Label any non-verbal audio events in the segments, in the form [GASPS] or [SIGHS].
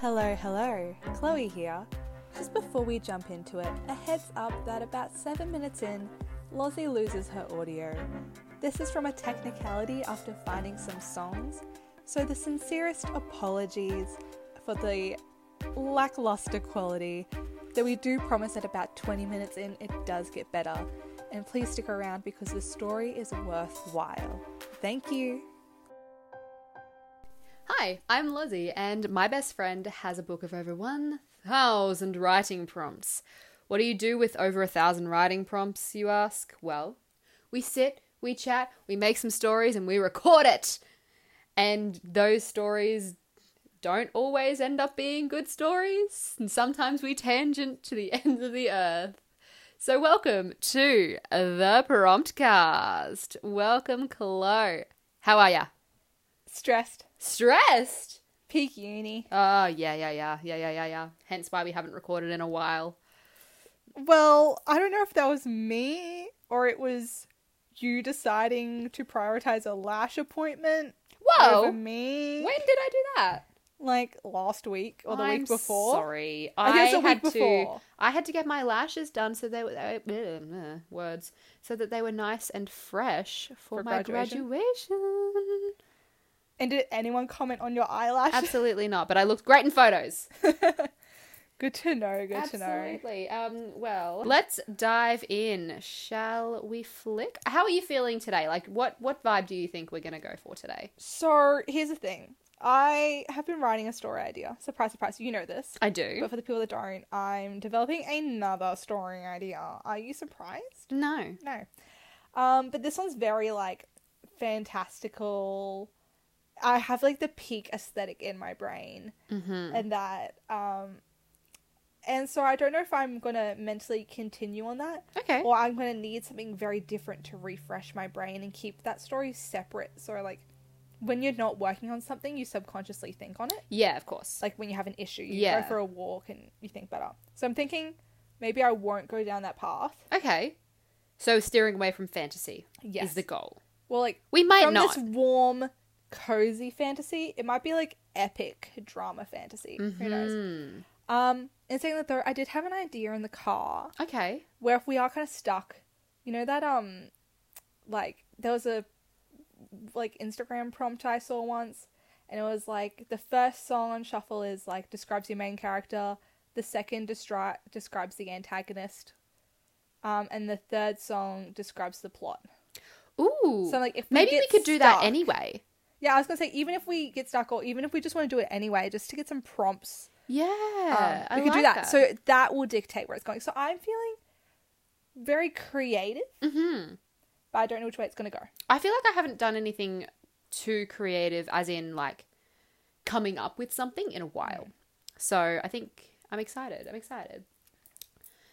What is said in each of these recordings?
Hello, hello. Chloe here. Just before we jump into it, a heads up that about seven minutes in, Lozzie loses her audio. This is from a technicality after finding some songs, so the sincerest apologies for the lackluster quality, though we do promise that about 20 minutes in it does get better. And please stick around because the story is worthwhile. Thank you. Hi, I'm Lozzie, and my best friend has a book of over 1,000 writing prompts. What do you do with over a thousand writing prompts, you ask? Well, we sit, we chat, we make some stories, and we record it! And those stories don't always end up being good stories, and sometimes we tangent to the [LAUGHS] ends of the earth. So, welcome to the Promptcast. Welcome, Chloe. How are ya? Stressed. Stressed? Peak uni. Oh, yeah, yeah, yeah, yeah, yeah, yeah, yeah. Hence why we haven't recorded in a while. Well, I don't know if that was me or it was you deciding to prioritize a lash appointment Whoa! over Oh. When me. did I do that? Like last week or the I'm week before. Sorry, I, I think it was the had week before. to. I had to get my lashes done so they were they- uh, uh, words so that they were nice and fresh for, For my graduation? graduation. [LAUGHS] And did anyone comment on your eyelashes? Absolutely not, but I looked great in photos. [LAUGHS] good to know, good to know. Absolutely. Um. Well, let's dive in, shall we? Flick. How are you feeling today? Like, what what vibe do you think we're gonna go for today? So here's the thing. I have been writing a story idea. Surprise, surprise, you know this. I do. But for the people that don't, I'm developing another story idea. Are you surprised? No. No. Um, but this one's very like fantastical. I have like the peak aesthetic in my brain Mm-hmm. and that um and so I don't know if I'm gonna mentally continue on that Okay. or I'm gonna need something very different to refresh my brain and keep that story separate. So like when you're not working on something you subconsciously think on it. Yeah, of course. Like when you have an issue, you Yeah. go for a walk and you think better. So I'm thinking maybe I won't go down that path. okay. So steering away from fantasy Yes. is the goal. well like We might from not. this warm, cozy fantasy, it might be like epic drama fantasy. Who knows? Mhm. Um, and saying that though, I did have an idea in the car Okay. where if we are kind of stuck, you know that um, like there was a like Instagram prompt I saw once, and it was like the first song on shuffle is like describes your main character, the second destri- describes the antagonist. Um, and the third song describes the plot. Ooh. So like, if we maybe get we could do that stuck- anyway. yeah, I was gonna say even if we get stuck, or even if we just want to do it anyway, just to get some prompts, Yeah. um, I we could do like that. So that will dictate where it's going. So I'm feeling very creative, Mhm. but I don't know which way it's gonna go. I feel like I haven't done anything too creative, as in like coming up with something in a while. Mm. So I think I'm excited. I'm excited.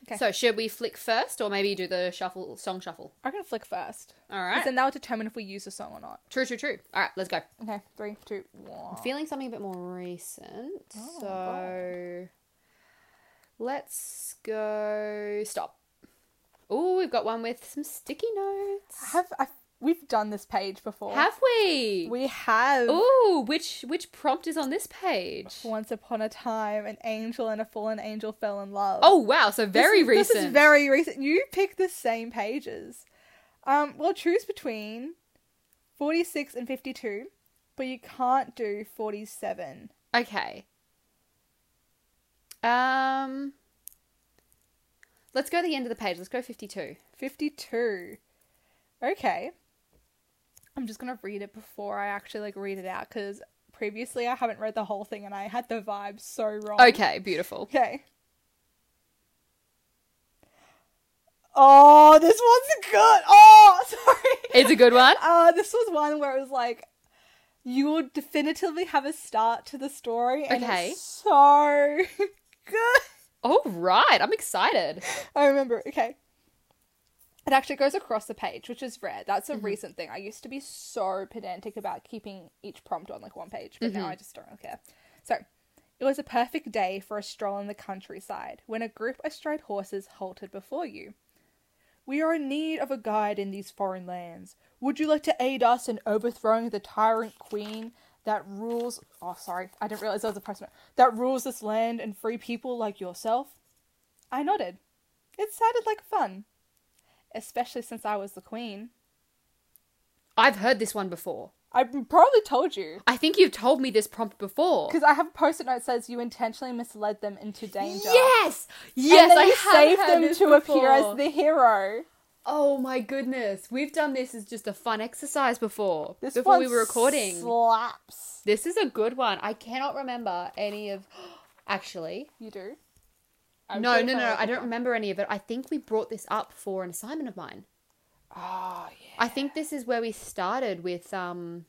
Okay. So should we flick first, or maybe do the shuffle song shuffle? I'm gonna flick first, All 'cause right. then that will determine if we use the song or not. True. True. True. All right. Let's go. Okay, three, two, one. feeling something a bit more recent. Oh, so let's go stop. Oh, we've got one with some sticky notes. have I, we've done this page before? Have we? we have? Oh, which which prompt is on this page? Once upon a time, an angel and a fallen angel fell in love. Oh wow, so This very is- recent. This is very recent. You pick the same pages. Um, well, choose between 46 and 52, but you can't do 47. Okay. Um Let's go to the end of the page. Let's go 52. 52. Okay. I'm just going to read it before I actually like read it out cuz previously I haven't read the whole thing and I had the vibe so wrong. Okay, beautiful. Okay. Oh, this one's good. Oh, [LAUGHS] sorry. It's a good one. [LAUGHS] Uh, this was one where it was like, you will definitively have a start to the story, and Okay. it's so [LAUGHS] good. All right, I'm excited. I remember. Okay, it actually goes across the page, which is rare. That's a recent thing. I used to be so pedantic about keeping each prompt on like one page, but now I just don't really care. So. It was a perfect day for a stroll in the countryside when a group of strayed horses halted before you. We are in need of a guide in these foreign lands. Would you like to aid us in overthrowing the tyrant queen, that rules. Oh, sorry, I didn't realize I was a person. That rules this land and free people like yourself? I nodded. It sounded like fun, especially since I was the queen. I've heard this one before. I probably told you I think you've told me this prompt before. because I have a post-it note that says you intentionally misled them into danger. Yes, and yes, then I you have saved heard them this to appear before. as the hero. Oh my goodness, we've done this as just a fun exercise before. This before one we were recording. slaps. this is a good one. I cannot remember any of. [GASPS] Actually, You do. I'm no, pretty no, sure no. I did. don't remember any of it. I think we brought this up for an assignment of mine. Oh yeah. I think this is where we started with um.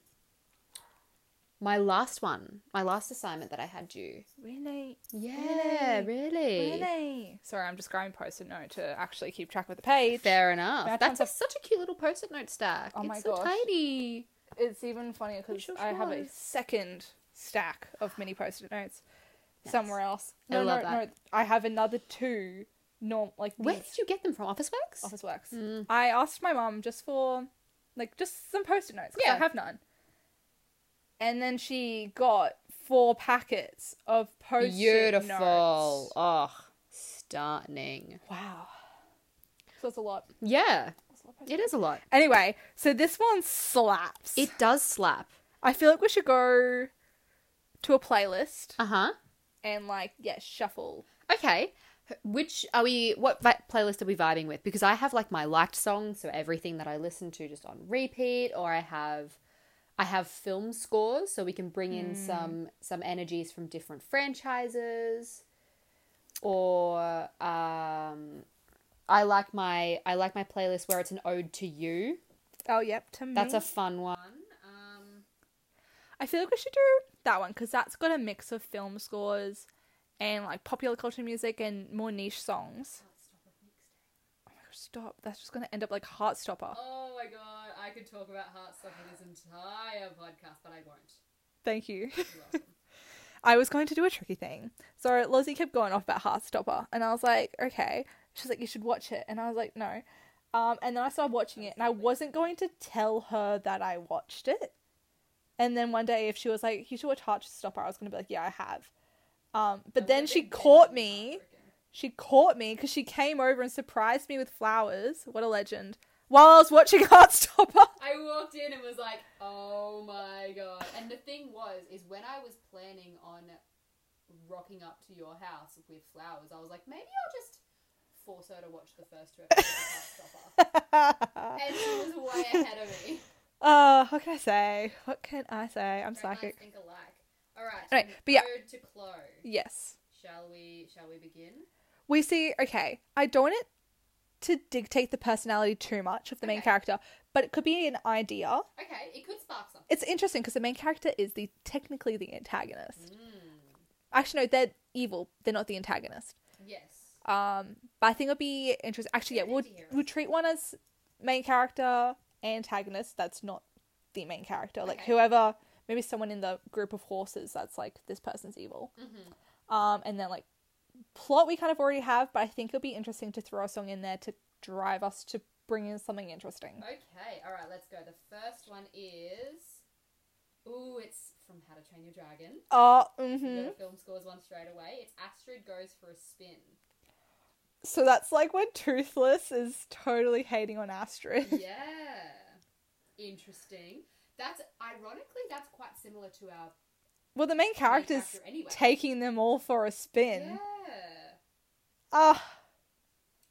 My last one, my last assignment that I had due. Really. Yeah, really. Really. Sorry, I'm just grabbing post-it note to actually keep track of the page. Fair enough. That That's sounds a, such a cute little post-it note stack. Oh my it's so gosh. tiny. It's even funnier because sure I have a was. second stack of mini post-it notes somewhere else. I No, love no, that. no. I have another two. Norm, like Where these did you get them from? Officeworks? Office Works. Mm. I asked my mum just for, like, just some post-it notes. 'cause Yeah. I have none. And then she got four packets of post-it Beautiful. notes. Oh, stunning. Wow. So it's a lot. Yeah, It's a lot of post-it. it is a lot. Anyway, so this one slaps. It does [SIGHS] slap. I feel like we should go to a playlist Uh huh. and like yeah, shuffle. Okay. Which are we? What vi- playlist are we vibing with? Because I have like my liked songs, so everything that I listen to just on repeat, or I have, I have film scores, so we can bring in some some energies from different franchises, or um, I like my I like my playlist where it's an ode to you. Oh yep, to me. That's a fun one. Um, I feel like we should do that one because that's got a mix of film scores and like popular culture music and more niche songs. Oh my gosh, stop! That's just gonna end up like Heartstopper. oh my god, I could talk about Heartstopper this entire podcast, but I won't. Thank you. [LAUGHS] You're welcome. I was going to do a tricky thing. So Lozzie kept going off about Heartstopper, and I was like, okay. She's like, you should watch it, and I was like, no. Um, and then I started watching it, and I wasn't going to tell her that I watched it. And then one day, if she was like, you should watch Heartstopper, I was going to be like, yeah, I have. Um, but then she caught me. She caught me because she came over and surprised me with flowers. What a legend! While I was watching [LAUGHS] Heartstopper. I walked in and was like, "Oh my god!" And the thing was, is when I was planning on rocking up to your house with flowers, I was like, maybe I'll just force her to watch the first two episodes [LAUGHS] of Heartstopper. and she was way ahead of me. Uh, what can I say? What can I say? I'm Don't psychic. minds think alike. All right. Alright, an but yeah. ode to Chloe. Yes. Shall we? Shall we begin? we see okay i don't want it to dictate the personality too much of the main Okay. character but it could be an idea Okay, it could spark something. it's interesting because the main character is the technically the antagonist actually no they're evil they're not the antagonist Yes. um but i think it'll be interesting actually yeah They're we'll, anti-heroes. we'll treat one as main character antagonist that's not the main character like Okay. whoever maybe someone in the group of horses that's like this person's evil Mm-hmm. um, and then like plot we kind of already have, but I think it'll be interesting to throw a song in there to drive us to bring in something interesting. Okay, all right, let's go. The first one is. Ooh, it's from How to Train Your Dragon. Uh, We hmm got a film scores one straight away. It's Astrid goes for [LAUGHS] a spin. So that's like when Toothless is totally hating on Astrid. Yeah, interesting. That's ironically that's quite similar to our [LAUGHS] well, the main character's character anyway. taking them all for a yeah. spin. Ah,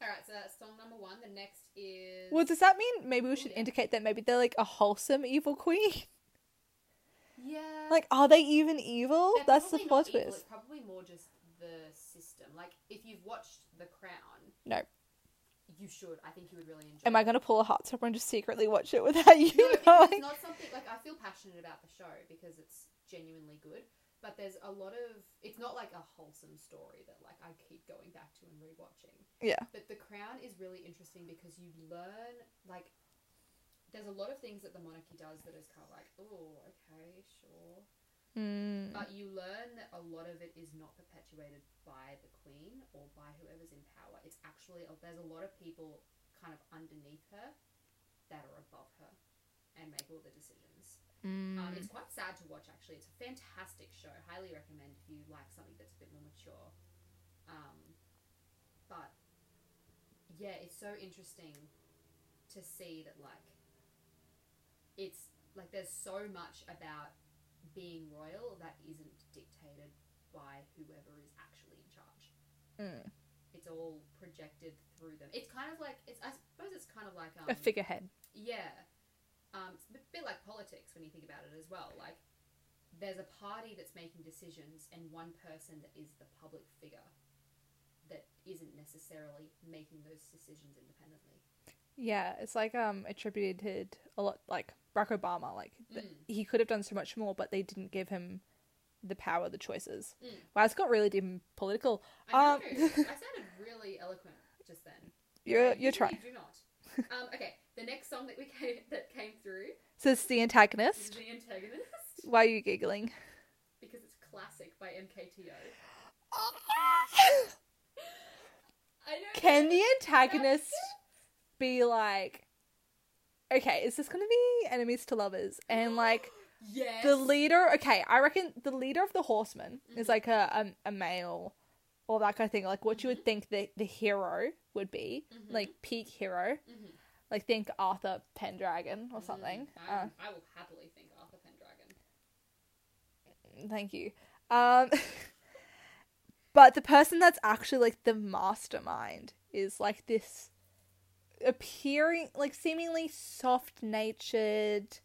All right, so that's song number one. The next is well, does that mean maybe we should yeah. indicate that maybe they're like a wholesome evil queen? [LAUGHS] yeah. like, are they even evil? They're That's the probably plot not evil, twist. It's probably more just the system. Like if you've watched The Crown, No. you should. I think you would really enjoy. Am I it. going to pull a heartstopper and just secretly watch it without [LAUGHS] you No, because knowing? it's not something like I feel passionate about the show because it's genuinely good. But there's a lot of it's not like a wholesome story that like I keep going back to and rewatching. Yeah. But The Crown is really interesting because you learn like there's a lot of things that the monarchy does that is kind of like oh okay sure, Mm. but you learn that a lot of it is not perpetuated by the queen or by whoever's in power. It's actually uh, there's a lot of people kind of underneath her that are above her and make all the decisions. Mm. hmm. Um, it's quite sad to watch, actually. It's a fantastic show. Highly recommend if you like something that's a bit more mature. Um, but yeah, it's so interesting to see that, like, it's like there's so much about being royal that isn't dictated by whoever is actually in charge. Mm. It's all projected through them. It's kind of like it's. I suppose it's kind of like um, A figurehead. yeah. Um, it's a bit like politics when you think about it as well. Like, there's a party that's making decisions and one person that is the public figure that isn't necessarily making those decisions independently. Yeah, it's like um attributed a lot like Barack Obama. Like th- Mm. he could have done so much more, but they didn't give him the power, the choices. Mm. Wow, it's got really deep and political. I Um, know. I [LAUGHS] sounded really eloquent just then. You're I you're usually trying. Do not. Um, okay, the next song that we came [LAUGHS] that came through So it's the is antagonist. the antagonist Why are you giggling? [LAUGHS] because it's classic by MKTO. I know. Can the antagonist be like, okay, is this gonna be enemies to lovers? And like [GASPS] Yes. the leader, okay, I reckon the leader of the horsemen is like a, a a male or that kind of thing. Like what you would think the the hero would be, Mhm. like peak hero. Mhm. Like think Arthur Pendragon or something. Mm, Uh, I, I will happily think Arthur Pendragon. thank you. Um, [LAUGHS] but the person that's actually like the mastermind is like this appearing like seemingly soft natured,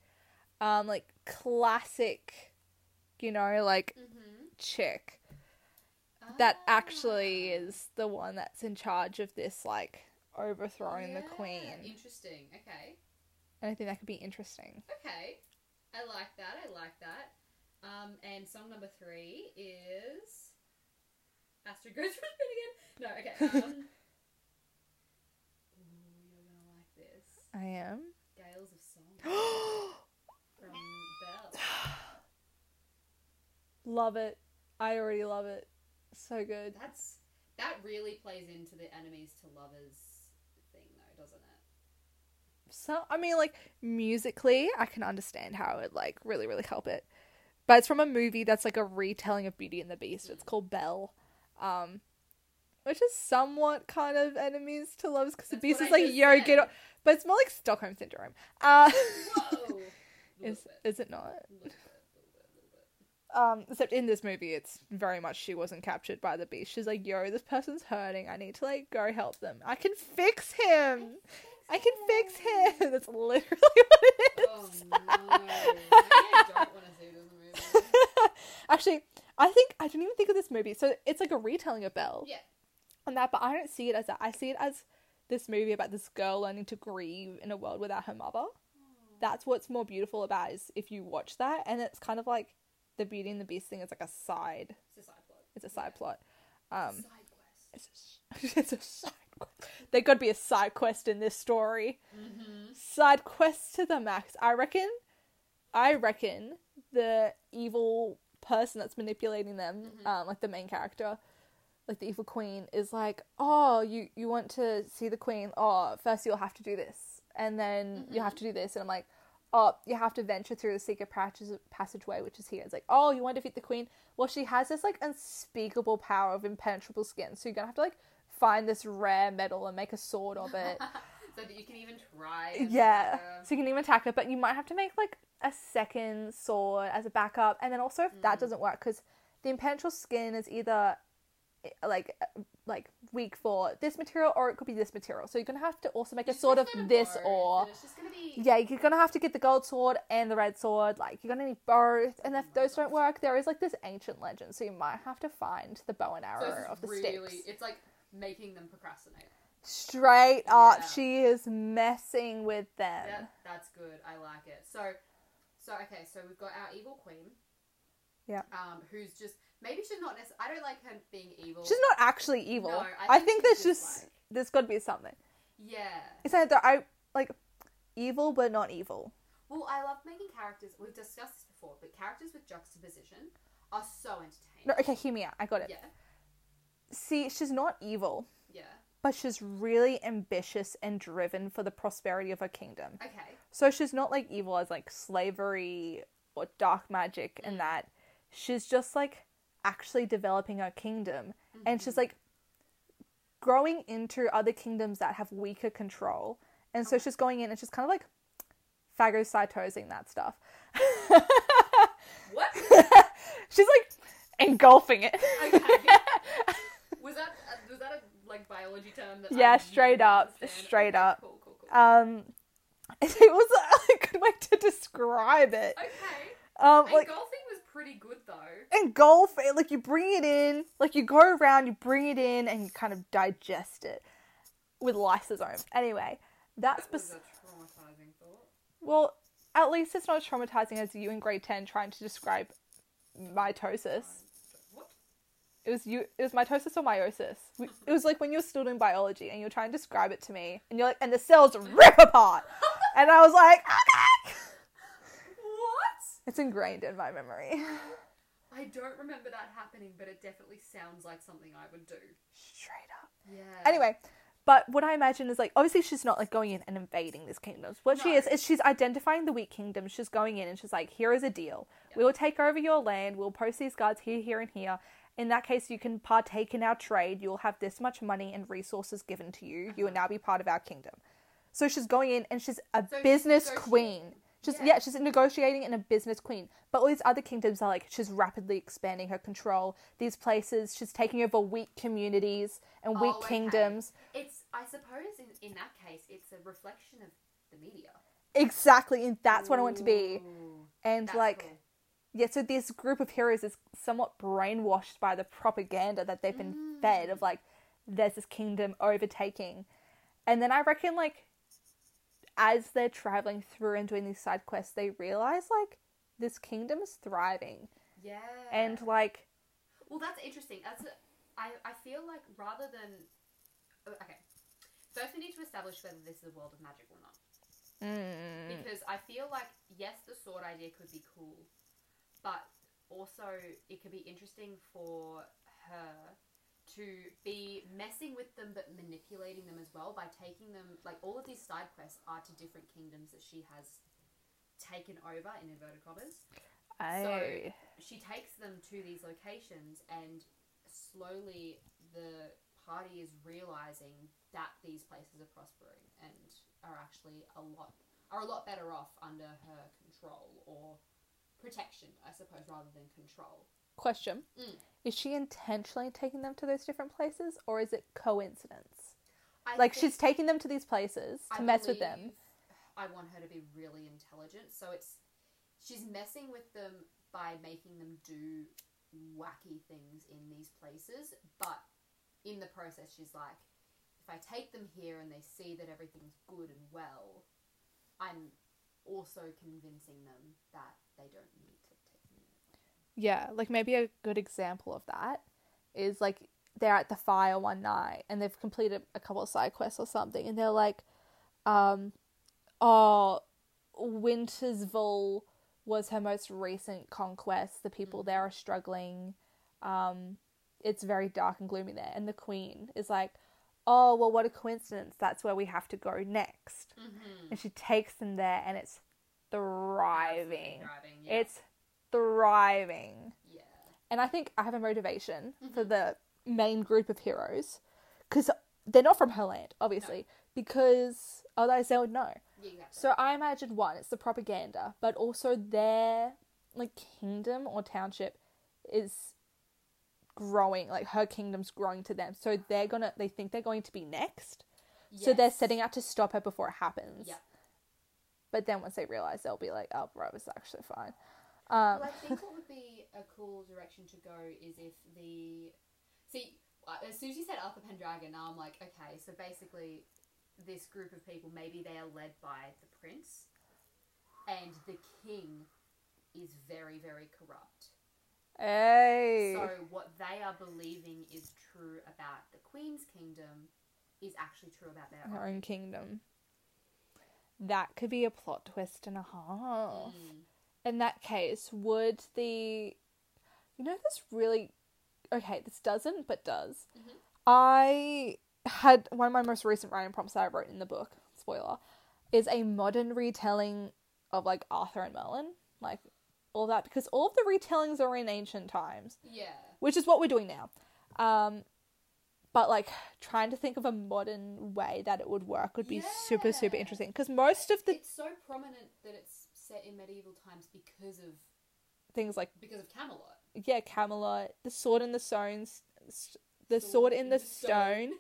um, like classic, you know, like Mm-hmm. Ah. chick that actually is the one that's in charge of this like overthrowing the queen. Interesting. Okay. And I think that could be interesting. Okay. I like that. I like that. Um, and song number three is Astrid goes [LAUGHS] for spin again. No. Okay. [LAUGHS] Um... Ooh, you're gonna like this. I am. Gales of Song from Bell. [GASPS] love it. I already love it. So good. That's that really plays into the enemies to lovers thing, though, doesn't it? So I mean, like musically, I can understand how it would like really, really help it. But it's from a movie that's like a retelling of Beauty and the Beast. It's called Belle, um, which is somewhat kind of enemies to loves because the That's Beast what is I like just yo said. get, o-. but it's more like Stockholm syndrome. Uh, Whoa. [LAUGHS] is Little bit, is it not? little bit, little bit, little bit. Um, except in this movie, it's very much she wasn't captured by the beast. She's like, yo, this person's hurting. I need to like go help them. I can fix him. I can fix him. [LAUGHS] That's literally what it is. [LAUGHS] Oh no! Maybe I don't want to see [LAUGHS] this movie. Actually, I think I didn't even think of this movie. So it's like a retelling of Belle Yeah. and that, but I don't see it as that. I see it as this movie about this girl learning to grieve in a world without her mother. That's what's more beautiful about it, is if you watch that, and it's kind of like the Beauty and the Beast thing. It's like a side. It's a side plot. It's a side Yeah. plot. Um, side quest. It's [LAUGHS] a, it's a side quest. There got to be a side quest in this story. Mm-hmm. Side quest to the max. I reckon. I reckon the evil person that's manipulating them, Mhm. um, like the main character, like the evil queen, is like, oh, you you want to see the queen? Oh, first you'll have to do this, and then you have to do this, and I'm like. Oh, you have to venture through the secret passage- passageway, which is here. It's like, oh, you want to defeat the queen? Well, she has this like unspeakable power of impenetrable skin, so you're gonna have to like find this rare metal and make a sword of it. [LAUGHS] so that you can even try. and, Yeah. uh, So you can even attack it, but you might have to make like a second sword as a backup. And then also, if Mm. that doesn't work, because the impenetrable skin is either eh, like eh, like weak for this material or it could be this material. So you're gonna have to also make a it's sword of just gonna this both, or and It's just gonna be. yeah, you're gonna have to get the gold sword and the red sword. Like you're gonna need both. And if my those don't gosh. work, there is like this ancient legend. So you might have to find the bow and So it's arrow just of the really, sticks. It's like making them procrastinate. Straight up, Yeah. she is messing with them. Yeah, that's good. I like it. So, so okay. So we've got our evil queen. Yeah. Um, who's just maybe she's not necessarily. I don't like her being evil. She's not actually evil. No, I, think, she's there's just like- there's got to be something. yeah. It's either I like evil but not evil. Well, I love making characters. We've discussed this before, but characters with juxtaposition are so entertaining. No, okay, hear me out. I got it. Yeah. See, she's not evil. Yeah. but she's really ambitious and driven for the prosperity of her kingdom. Okay. So she's not like evil as like slavery or dark magic and that. She's just like actually developing her kingdom and she's like growing into other kingdoms that have weaker control. And so she's going in and she's kind of like phagocytosing that stuff. [LAUGHS] [LAUGHS] What? She's like engulfing it. Okay. was that uh, was that a like biology term that? I Yeah, didn't straight up, understand? straight Okay, up. Cool, cool, cool. Um, [LAUGHS] it was a good way to describe it. okay. Um, Like, like golfing was pretty good though. engulf it, like you bring it in, like you go around, you bring it in, and you kind of digest it with lysosome. Anyway, that's That was bes- a traumatizing thought. well, at least it's not as traumatizing as you in grade ten trying to describe mitosis. What? It was you. It was mitosis or meiosis. We- It was like when you were still doing biology and you were trying to describe it to me, and you're like, and the cells rip apart, and I was like, okay. What? It's ingrained in my memory. [LAUGHS] I don't remember that happening, but it definitely sounds like something I would do. Straight up. Yeah. Anyway, but what I imagine is like obviously she's not like going in and invading these kingdoms. What she No. is is she's identifying the weak kingdoms. She's going in and she's like, here is a deal. We will take over your land. We'll post these guards here, here, and here. In that case, you can partake in our trade. You'll have this much money and resources given to you. Uh-huh. You will now be part of our kingdom. So she's going in and she's a she's business negotiating. queen. She's Yeah. yeah. she's negotiating and a business queen. But all these other kingdoms are like she's rapidly expanding her control. These places, she's taking over weak communities and weak Oh, okay. kingdoms. It's I suppose in, in that case it's a reflection of the media. Exactly, and that's what I want to be. Ooh, And that's like cool. yeah, so this group of heroes is somewhat brainwashed by the propaganda that they've been fed Mm. of like there's this kingdom overtaking. And then I reckon like as they're traveling through and doing these side quests, they realize like this kingdom is thriving. Yeah. And like Well, that's interesting. That's a, I, I feel like rather than oh, okay, first we need to establish whether this is a world of magic or not. Mm. Because I feel like yes, the sword idea could be cool, but also it could be interesting for her to be messing with them but manipulating them as well by taking them like all of these side quests are to different kingdoms that she has taken over in inverted commas I she takes them to these locations and slowly the party is realizing that these places are prospering and are actually a lot are a lot better off under her control or protection i suppose rather than control question. Mm. Is she intentionally taking them to those different places or is it coincidence? I like think- she's taking them to these places to I mess with them. believe i want her to be really intelligent so it's she's messing with them by making them do wacky things in these places but in the process she's like if i take them here and they see that everything's good and well i'm also convincing them that they don't need to take me Yeah, like maybe a good example of that is like they're at the fire one night and they've completed a couple of side quests or something and they're like, um, oh, Wintersville was her most recent conquest. The people there Mm. are struggling. Um, it's very dark and gloomy there. And the queen is like, oh, well, what a coincidence. That's where we have to go next. And she takes them there and it's thriving. driving yeah It's thriving. yeah And I think I have a motivation Mm-hmm. for the main group of heroes because they're not from her land, obviously, because otherwise they would know. yeah exactly. So I imagine one, it's the propaganda, but also their like kingdom or township is growing, like her kingdom's growing to them. So they're gonna they think they're going to be next. So they're Yes. setting out to stop her before it happens. yeah But then once they realise they'll be like, Oh bro, it's actually fine. Um, Well, I think [LAUGHS] what would be a cool direction to go is if the see uh, as soon as you said Arthur Pendragon, now I'm like, okay, so basically, this group of people maybe they are led by the prince, and the king is very very corrupt. Hey So what they are believing is true about the queen's kingdom is actually true about their her own. own kingdom. That could be a plot twist and a half. Mm. In that case, would the. You know, this really. Okay, this doesn't, but does. I had one of my most recent writing prompts that I wrote in the book, spoiler, is a modern retelling of like Arthur and Merlin, like all that, because all of the retellings are in ancient times, Yeah. which is what we're doing now. Um, but like trying to think of a modern way that it would work would be super, super Yeah. interesting because most of the It's so prominent that it's set in medieval times because of things like because of Camelot. yeah, Camelot, the sword in the stones, s- the sword in the stone,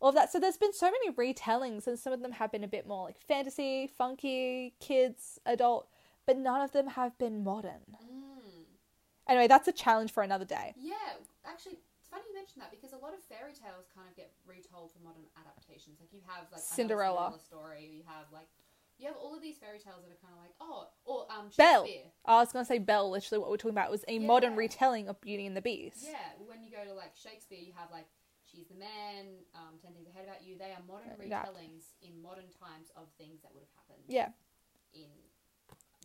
all of that. So there's been so many retellings, and some of them have been a bit more like fantasy, funky, kids, adult, but none of them have been modern. Mm. Anyway, that's a challenge for another day. Yeah, actually, it's funny you mentioned that because a lot of fairy tales kind of get retold for modern adaptations. Like you have like another Cinderella. Cinderella story. You have like you have all of these fairy tales that are kind of like oh or um Belle. Shakespeare. I was gonna say Belle. Literally, what we're talking about was a modern Yeah. retelling of Beauty and the Beast. Yeah, when you go to like Shakespeare, you have like She's the Man, um, Ten Things I Hate About You. They are modern Adapt. retellings in modern times of things that would have happened Yeah, in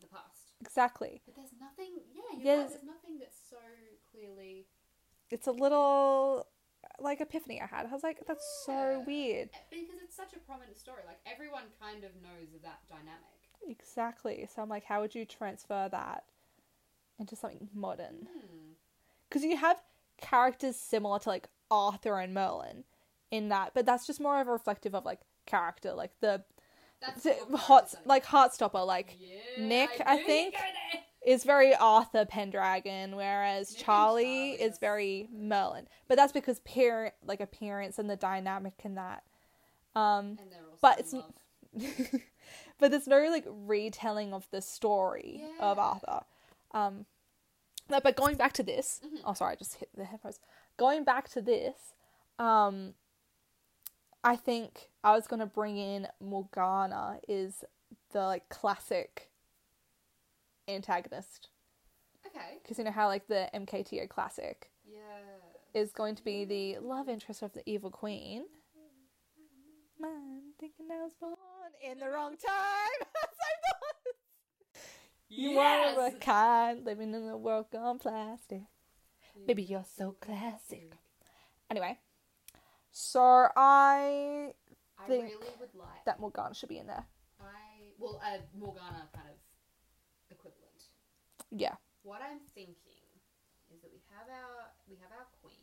the past. exactly. But there's nothing. Yeah, you're Yes. right, there's nothing that's so clearly. It's a little like epiphany I had. I was like, that's Yeah. so weird. Because it's such a prominent story, like everyone kind of knows of that dynamic. Exactly. So I'm like, how would you transfer that into something modern? Hmm. because you have characters similar to like Arthur and Merlin in that, but that's just more of a reflective of like character, like the That's the your hot character like Heartstopper, like study. Yeah, Nick, I, I knew you'd think. go there. is very Arthur Pendragon, whereas Nick and Charlie Charlie, is very Merlin. But that's because peer like appearance and the dynamic in that. Um, And they're also But in it's n- love. but there's no like retelling of the story of Yeah. Arthur. Um, no, but going back to this, oh sorry, I just hit the headphones. Going back to this, um, I think I was gonna bring in Morgana is the like classic antagonist Okay. because you know how like the MKTO classic Yeah. is going to be the love interest of the evil queen. Man, thinking I was born in the wrong time. [LAUGHS] you yes! are a kind, living in the world gone plastic. Yeah. Baby, you're so classic. Anyway, so I I think really would like that Morgana should be in there. I well a Morgana kind of equivalent. Yeah, What I'm thinking is that we have our we have our queen.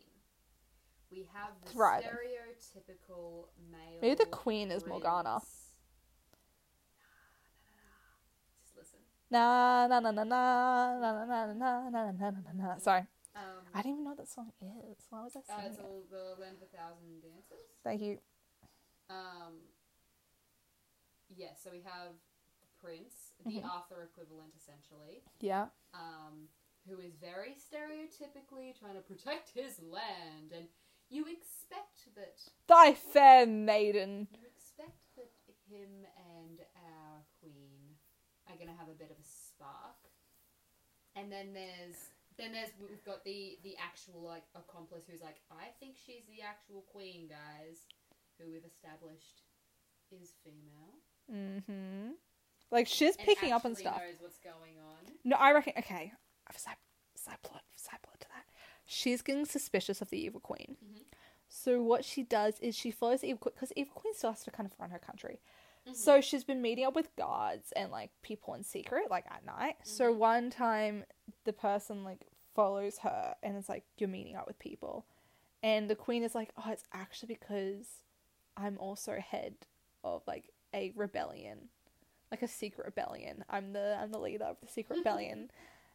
We have the Thriving. stereotypical male. Maybe the queen is Morgana. prince. Just listen. na na na na na na na na na na na na na na. Sorry, Um, I didn't even know what that song is. Why was I uh, it's singing it? all the Land of a Thousand Dances. Thank you. Um, yeah, so we have the prince, the Mhm. Arthur equivalent, essentially, Yeah. um, who is very stereotypically trying to protect his land, and you expect that Thy fair maiden. you expect that him and our queen are gonna have a bit of a spark, and then there's. Then there's we've got the the actual like accomplice who's like I think she's the actual queen guys, who we've established is female. Mm-hmm. Like she's and picking up on actually stuff. knows what's going on. No, I reckon. Okay, I've side, side plot, side plot to that. She's getting suspicious of the evil queen. Mhm. So what she does is she follows the evil queen because evil queen still has to kind of run her country. So she's been meeting up with guards and like people in secret, like at night. So one time the person like follows her and it's like you're meeting up with people, and the queen is like, oh, it's actually because I'm also head of like a rebellion, like a secret rebellion. I'm the I'm the leader of the secret rebellion.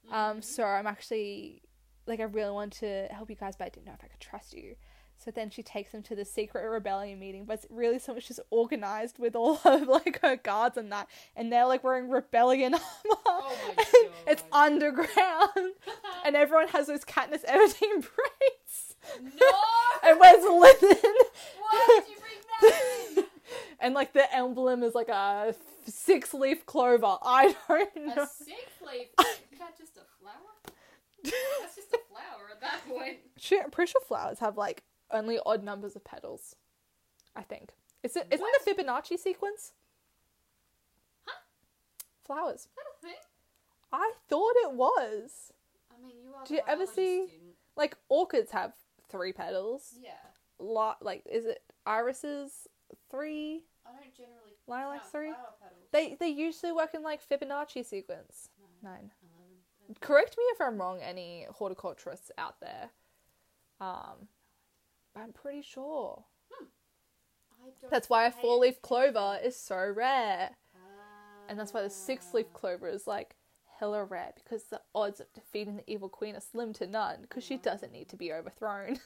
Mm-hmm. Um, so I'm actually like I really want to help you guys, but I didn't know if I could trust you. So then she takes them to the secret rebellion meeting, but it's really so much just organized with all [LAUGHS] of like her guards and that, and they're like wearing rebellion [LAUGHS] armor. Oh my [LAUGHS] it's God. underground, and everyone has those Katniss Everdeen [LAUGHS] braids [LAUGHS] no. and wears linen. [LAUGHS] Why did you bring that in? and like the emblem is like a six leaf clover. I don't know. A sick leaf? Is that just a flower? That's just a flower at that point. Shit, I'm pretty sure flowers have like only odd numbers of petals. I think. Is it isn't What? the Fibonacci sequence? Huh? Flowers. Is that a thing? I thought it was. I mean, you are. Do the you ever biology see- Student. Like orchids have three petals. Yeah. lot like is it irises three? I don't generally Lilac count three? flower petals. They they usually work in like Fibonacci sequence. Nine. Eleven. Correct me if I'm wrong. Any horticulturists out there? Um, but I'm pretty sure. I don't That's why a pay four leaf clover is so rare. attention. And that's why the six leaf clover is like hella rare because the odds of defeating the evil queen are slim to none because she doesn't need to be overthrown.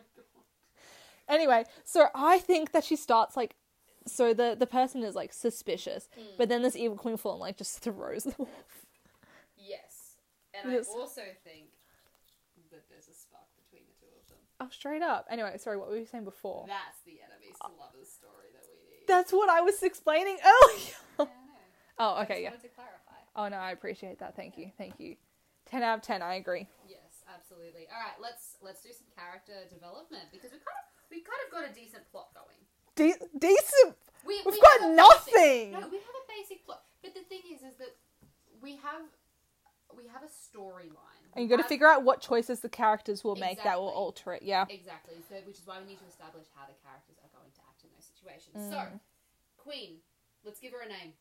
[LAUGHS] [LAUGHS] anyway, so I think that she starts like so the the person is like suspicious, but then this evil queen full and like just [LAUGHS] throws them off. Yes. And Yes. I also think that there's a spark between the two of them. Oh, straight up. Anyway, sorry, what were you saying before? That's the enemies Oh. to lovers story that we need. That's what I was explaining earlier. Yeah, I know. [LAUGHS] oh, I okay, just yeah. wanted to clarify. Oh no, I appreciate that. Thank you, thank you. Ten out of ten. I agree. Yes, absolutely. All right, let's let's do some character development because we kind of we kind of got a decent plot going. De- decent. We, We've we got have a nothing! Basic, no, we have a basic plot, but the thing is, is that we have we have a storyline. And you got to figure out what choices the characters will make that will Exactly. alter it. Yeah. exactly. So, which is why we need to establish how the characters are going to act in those situations. Mm. So, Queen, let's give her a name.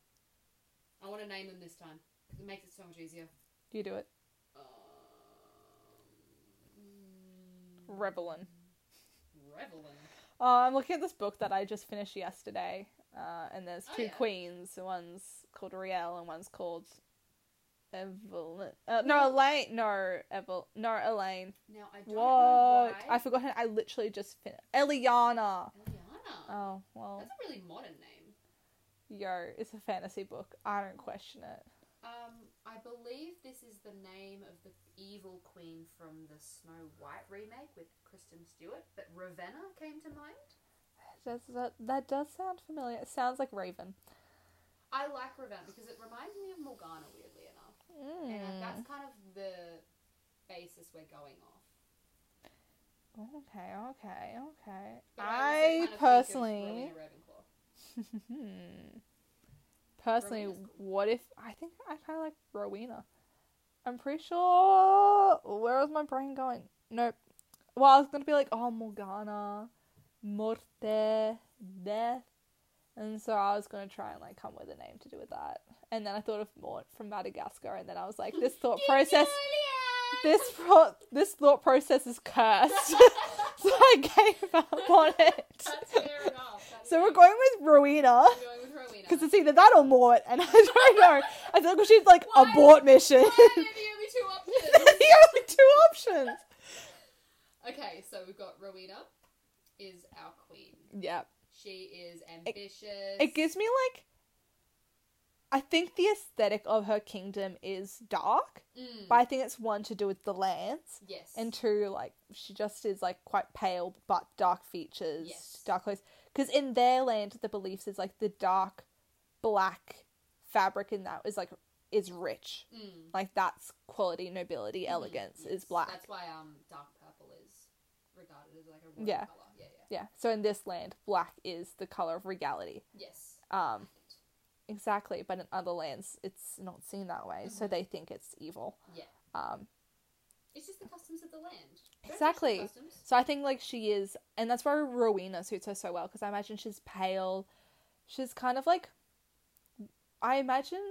I want to name them this time because it makes it so much easier. You do it. Um, Revelin. Revelin. Uh, I'm looking at this book that I just finished yesterday, uh, and there's Oh, two yeah. queens. One's called Riel and one's called Evelyn. Uh, no, Elaine. No, Evel. No, Elaine. Now I don't know What? why. I forgot her. I literally just finished. Eliana. Eliana. Oh well. That's a really modern name. Yo, it's a fantasy book. I don't question it. Um, I believe this is the name of the evil queen from the Snow White remake with Kristen Stewart, but Ravenna came to mind. Does that that does sound familiar? It sounds like Raven. I like Ravenna because it reminds me of Morgana, weirdly enough. And uh, Mm. that's kind of the basis we're going off. Okay, okay, okay. But also I kind of think of personally, Rowena Ravenclaw. Mm-hmm. personally, Rowena's what if I think I kind of like Rowena? I'm pretty sure. Where was my brain going? Nope. Well, I was gonna be like, oh, Morgana, Morte, Death, and so I was gonna try and like come with a name to do with that. And then I thought of Mort from Madagascar, and then I was like, this [LAUGHS] thought process, this [LAUGHS] pro- this thought process is cursed. [LAUGHS] so I gave up on it. [LAUGHS] That's fair enough. That is So we're fair. going with Rowena We're going with [LAUGHS] Rowena. because it's either that or Mort, and [LAUGHS] I don't know. I feel like she's like Why- abort mission. Why [LAUGHS] are there the only two the [LAUGHS] options? only two options. Okay, so we've got Rowena is our queen. Yeah, She is ambitious. it gives me like. I think the aesthetic of her kingdom is dark, Mm, but I think it's one to do with the lands, yes. and two, like she just is like quite pale but dark features, Yes. dark clothes. Because in their land, the beliefs is like the dark, black fabric in that is like is rich. Mm, Like that's quality, nobility, mm, elegance yes. is black. That's why um dark purple is regarded as like a royal Yeah. color. Yeah, yeah. Yeah. So in this land, black is the color of regality. Yes. Um, exactly. But in other lands, it's not seen that way, Mm-hmm. so they think it's evil. Yeah. Um, It's just the customs of the land. Don't judge the Exactly. customs. so I think like she is, and that's why Rowena suits her so well because I imagine she's pale. She's kind of like, I imagine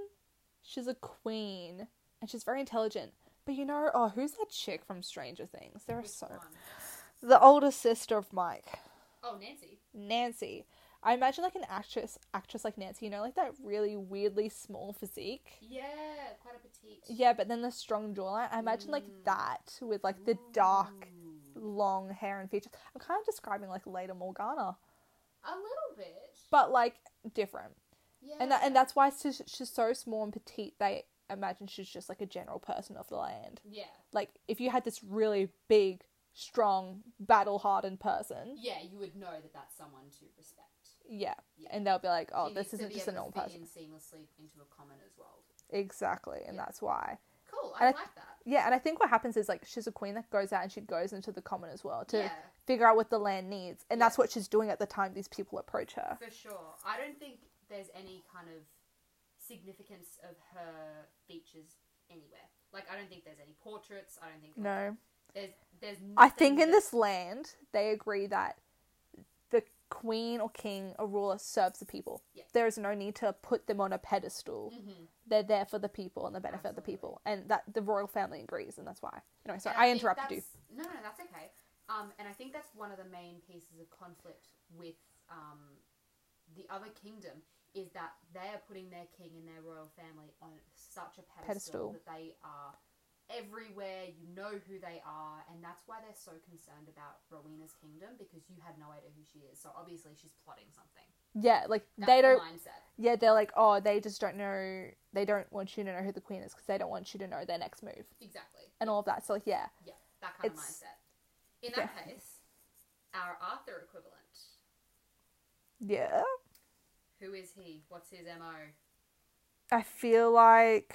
she's a queen and she's very intelligent. But you know, oh, who's that chick from Stranger Things? There are Which so one? the older sister of Mike. Oh, Nancy. Nancy. I imagine like an actress actress like Nancy, you know, like that really weirdly small physique. Yeah, quite a petite. Yeah, but then the strong jawline. I imagine like Mm. that with like the dark Ooh. long hair and features. I'm kind of describing like later Morgana, A little bit. but like different. Yeah. And that, and that's why she's, she's so small and petite. They imagine she's just like a general person of the land. Yeah. Like if you had this really big, strong, battle-hardened person, Yeah, you would know that that's someone to respect. yeah, Yeah. and they'll be like, "Oh, She needs this to isn't be just a able to normal fit person." in seamlessly into a commoner's world. Exactly, and Yeah. that's why. Cool. And I, I like that. Yeah, and I think what happens is like she's a queen that goes out and she goes into the common as well to Yeah. figure out what the land needs, and that's Yeah. what she's doing at the time these people approach her. For sure. I don't think there's any kind of significance of her features anywhere. Like I don't think there's any portraits. I don't think like, No, there's there's I think nothing in that- this land they agree that queen or king or ruler serves the people. Yeah. There is no need to put them on a pedestal. Mm-hmm. They're there for the people and the benefit of the people, and that the royal family agrees, and that's why. Anyway, sorry, And I, think interrupted you. that's- No, no, that's okay. Um, and I think that's one of the main pieces of conflict with um, the other kingdom is that they are putting their king and their royal family on such a Pedestal. pedestal, that they are everywhere. You know who they are, and that's why they're so concerned about Rowena's kingdom because you had no idea who she is. So obviously she's plotting something. Yeah, like That's they the don't. mindset. Yeah, they're like, oh, they just don't know. They don't want you to know who the queen is because they don't want you to know their next move Exactly. and all of that. So like, yeah, Yeah, that kind of It's- mindset. In that case, our Arthur equivalent. yeah. Who is he? What's his MO? I feel like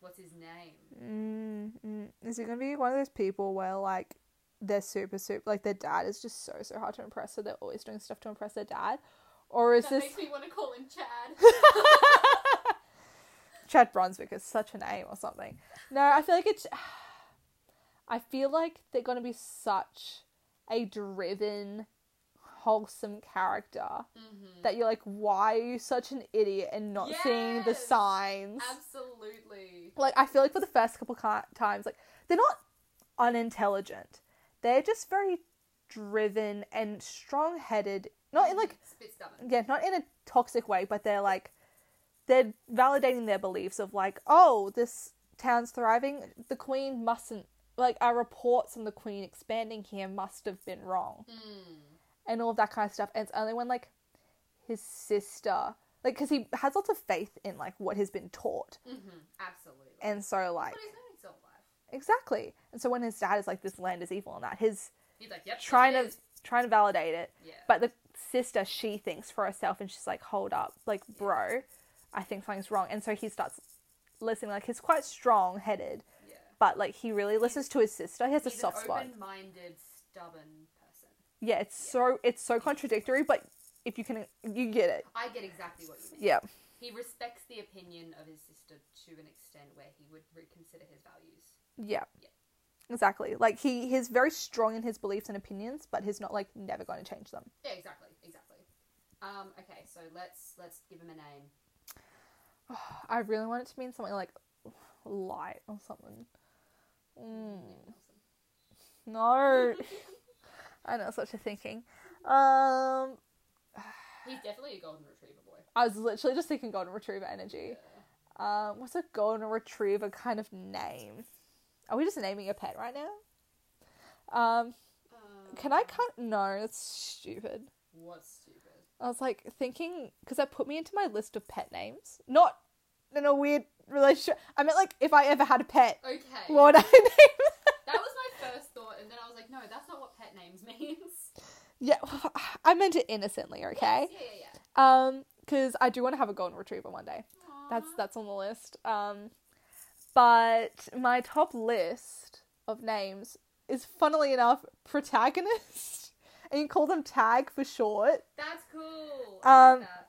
What's his name? Mm, mm. Is it going to be one of those people where like they're super super like their dad is just so so hard to impress, so they're always doing stuff to impress their dad, or is that this makes me want to call him [LAUGHS] Chad. Chad Brunswick is such a name or something? No, I feel like it's. [SIGHS] I feel like they're going to be such a driven, wholesome character mm-hmm. that you're like, why are you such an idiot and not seeing the Yes! signs? Absolutely. like I feel like for the first couple ca- times, like they're not unintelligent. They're just very driven and strong-headed. Not in like spit stubborn. yeah, not in a toxic way, but they're like they're validating their beliefs of like, oh, this town's thriving. The queen mustn't like our reports on the queen expanding here must have been wrong Mm. and all of that kind of stuff. And it's only when like his sister, like, because he has lots of faith in like what has been taught, Mm-hmm. Absolutely. and so like but he's known his whole life. exactly. And so when his dad is like, "This land is evil," and that his He's like, yep. trying it to is. trying to validate it, Yeah. but the sister she thinks for herself, and she's like, "Hold up, like, bro, I think something's wrong." And so he starts listening. Like, he's quite strong headed, yeah. but like he really listens to his sister. He has a he's soft an spot. open-minded, stubborn person. Yeah, it's so it's so contradictory, but if you can, you get it. I get exactly what you mean. Yeah. He respects the opinion of his sister to an extent where he would reconsider his values. Yeah. Yeah. Exactly. Like he he's very strong in his beliefs and opinions, but he's not like never going to change them. Yeah, exactly, exactly. Um, okay, so let's let's give him a name. I really want it to mean something like light or something. Mm. Name Nelson. No. I know such a thinking. Um He's definitely a golden retriever boy. I was literally just thinking golden retriever energy. Yeah. Um what's a golden retriever kind of name? Are we just naming a pet right now? Um Um, can I cut no, that's stupid. What's stupid? I was like thinking because that put me into my list of pet names. Not in a weird relationship. I meant like if I ever had a pet, Okay. what would I [LAUGHS] name? That was my first thought, and then I was like, no, that's not what pet names [LAUGHS] means. Yeah, [LAUGHS] I meant it innocently. Okay. Yeah, yeah, yeah. Um, because I do want to have a golden retriever one day. That's Aw. that's on the list. Um, but my top list of names is funnily enough protagonist, [LAUGHS] and you call them tag for short. That's cool. I Um, like that.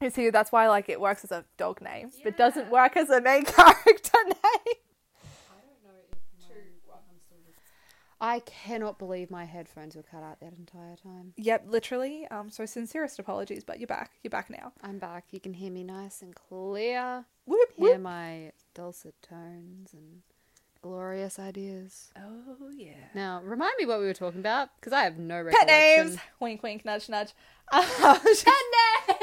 You see, that's why like it works as a dog name, but Yeah. doesn't work as a main [LAUGHS] character name. I don't know if True. I cannot believe my headphones were cut out that entire time. Yep, literally. Um, so sincerest apologies, but you're back. You're back now. I'm back. You can hear me nice and clear. Whoop Hear my dulcet tones and glorious ideas. Oh yeah. Now, remind me what we were talking about because I have no Pet recollection. names. Wink, wink. Nudge, nudge. [LAUGHS] Pet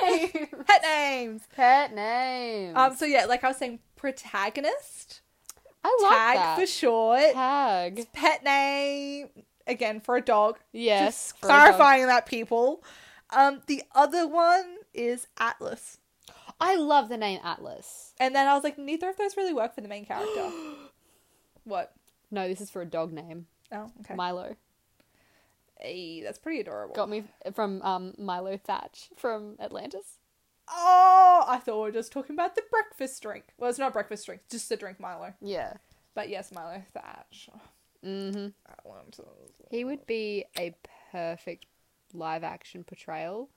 names. Pet names. Pet names. Um. So yeah, like I was saying, protagonist. I like tag that. for short. Tag. Pet name. Again for a dog. Yes. Just for a dog. clarifying that people. Um. The other one is Atlas. I love the name Atlas. And then I was like, neither of those really work for the main [GASPS] character. what? No, this is for a dog name. Oh, okay. Milo. Ay, that's pretty adorable. Got me from um, Milo Thatch from Atlantis. Oh, I thought we were just talking about the breakfast drink. Well, it's not a breakfast drink, just the drink Milo. Yeah. But yes, Milo Thatch. Oh, Mm-hmm. that one, so- He would be a perfect live action portrayal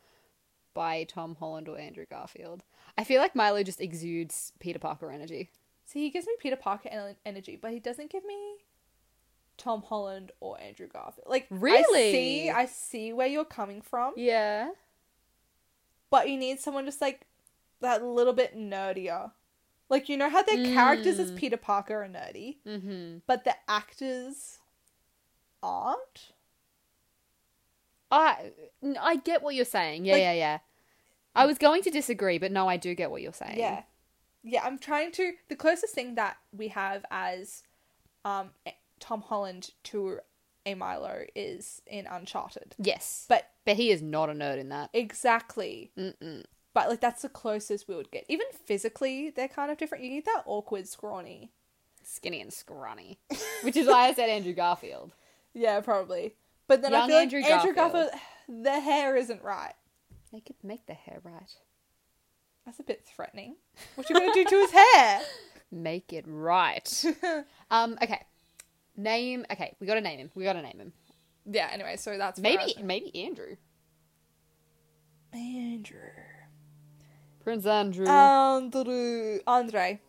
by Tom Holland or Andrew Garfield. I feel like Milo just exudes Peter Parker energy. See, he gives me Peter Parker en- energy, but he doesn't give me Tom Holland or Andrew Garfield. Like I Really? see I see where you're coming from, Yeah. but you need someone just like that little bit nerdier. Like you know how their characters as Mm. Peter Parker are nerdy, Mm-hmm. but the actors aren't. I n- I get what you're saying. Yeah, Like- yeah, yeah. I was going to disagree, but no, I do get what you're saying. Yeah. Yeah, I'm trying to the closest thing that we have as um eh, Tom Holland to a Milo is in Uncharted. Yes. But But but he is not a nerd in that. exactly. Mm-mm. But like that's the closest we would get. Even physically, they're kind of different. You need that awkward scrawny. Skinny and scrawny, which is why I said Andrew Garfield. Yeah, probably. But then I Young feel like Andrew Andrew Garfield. [SIGHS] Garfield. the hair isn't right. They could make the hair right. That's a bit threatening. What you gonna do to his hair? Make it right. um. Okay. Name. Okay. We gotta name him. We gotta name him. Yeah. Anyway, so that's where I Maybe. was- Maybe Andrew. Andrew. Prince Andrew. Um, Andrew. Andre.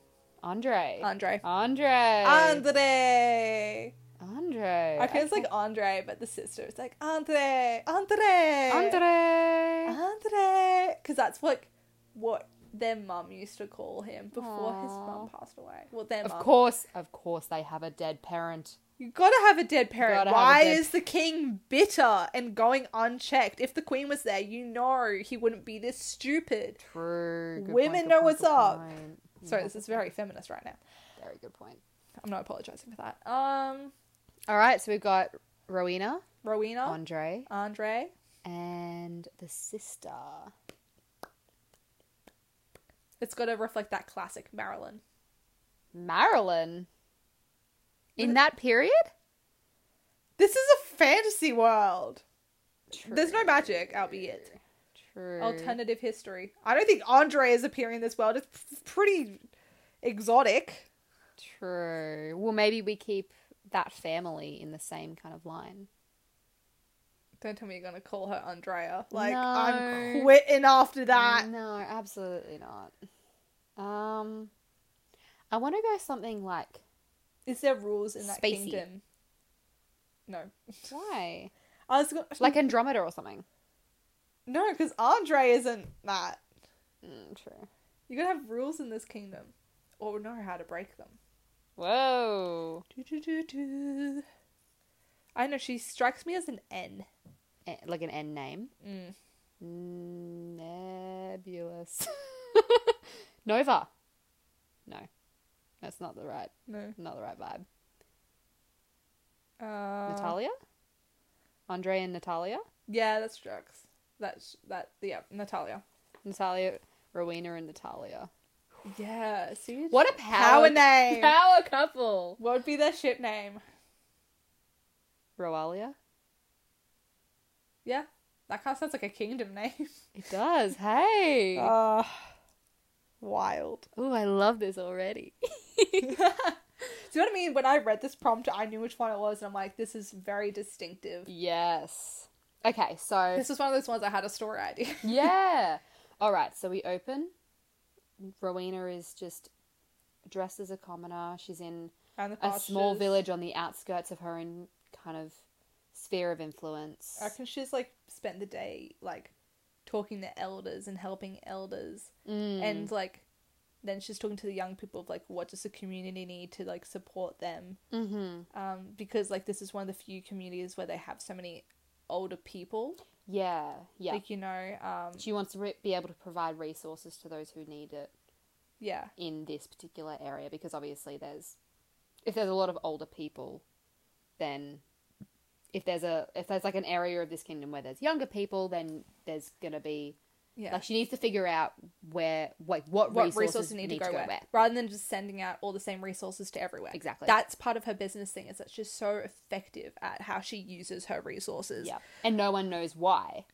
Andre. Andre. Andre. Andre. Andre. Okay, it's like Andre, but the sister is like Andre, Andre, Andre. Andre, because that's like what their mum used to call him before his Aw. mum passed away. Well, their Of mum. course, of course, they have a dead parent. You gotta have a dead parent. Gotta have a Why dead- is the king bitter and going unchecked? If the queen was there, you know he wouldn't be this stupid. True. good Women good know good what's up. point. Sorry, Yeah, this is very feminist right now. very good point. I'm not apologizing for that. Um, All right, so we've got Rowena, Rowena, Andre, Andre, and the sister. it's gotta reflect that classic Marilyn. Marilyn. In that period? This is a fantasy world. There's no magic, albeit. True. Alternative history. I don't think Andre is appearing in this world. It's p- pretty exotic. True. Well, maybe we keep that family in the same kind of line. Don't tell me you're gonna call her Andrea. Like No. Mm. I'm quitting after that. No, absolutely not. Um, I want to go something like Is there rules in that Spacey. kingdom? No. why, I was going like Andromeda or something. no, because Andre isn't that. Mm, true. You gotta have rules in this kingdom, or know how to break them. Whoa. Do, do, do, do. I know she strikes me as an N. Eh, like an end name. Mm. Nebulous. [LAUGHS] Nova. No, that's not the right, No. not the right vibe. Uh, Natalia. Andre and Natalia. Yeah, that's drugs. That's that. Yeah, Natalia. Natalia, Rowena, and Natalia. Yeah. See What a power power, [LAUGHS] name? power couple. What would be their ship name? Roalia. Yeah, that kind of sounds like a kingdom name. [LAUGHS] It does. Hey. Uh, wild. Oh, I love this already. [LAUGHS] [LAUGHS] Do you know what I mean? When I read this prompt, I knew which one it was, and I'm like, this is very distinctive. Yes. Okay, so [LAUGHS] This was one of those ones I had a story idea. [LAUGHS] yeah. All right, so we open. Rowena is just dressed as a commoner. She's in And the a small pastures. village on the outskirts of her own kind of sphere of influence. I reckon she's like spent the day like talking to elders and helping elders, Mm. and like then she's talking to the young people of like what does the community need to like support them Mhm. um, because like this is one of the few communities where they have so many older people. Yeah, yeah. Like you know, um, she wants to re- be able to provide resources to those who need it yeah, in this particular area because obviously there's if there's a lot of older people then if there's a if there's like an area of this kingdom where there's younger people then there's gonna be yeah. like she needs to figure out where like what, what resources, need, to go, where. rather than just sending out all the same resources to everywhere. Exactly. That's part of her business thing is that she's so effective at how she uses her resources. yeah and no one knows why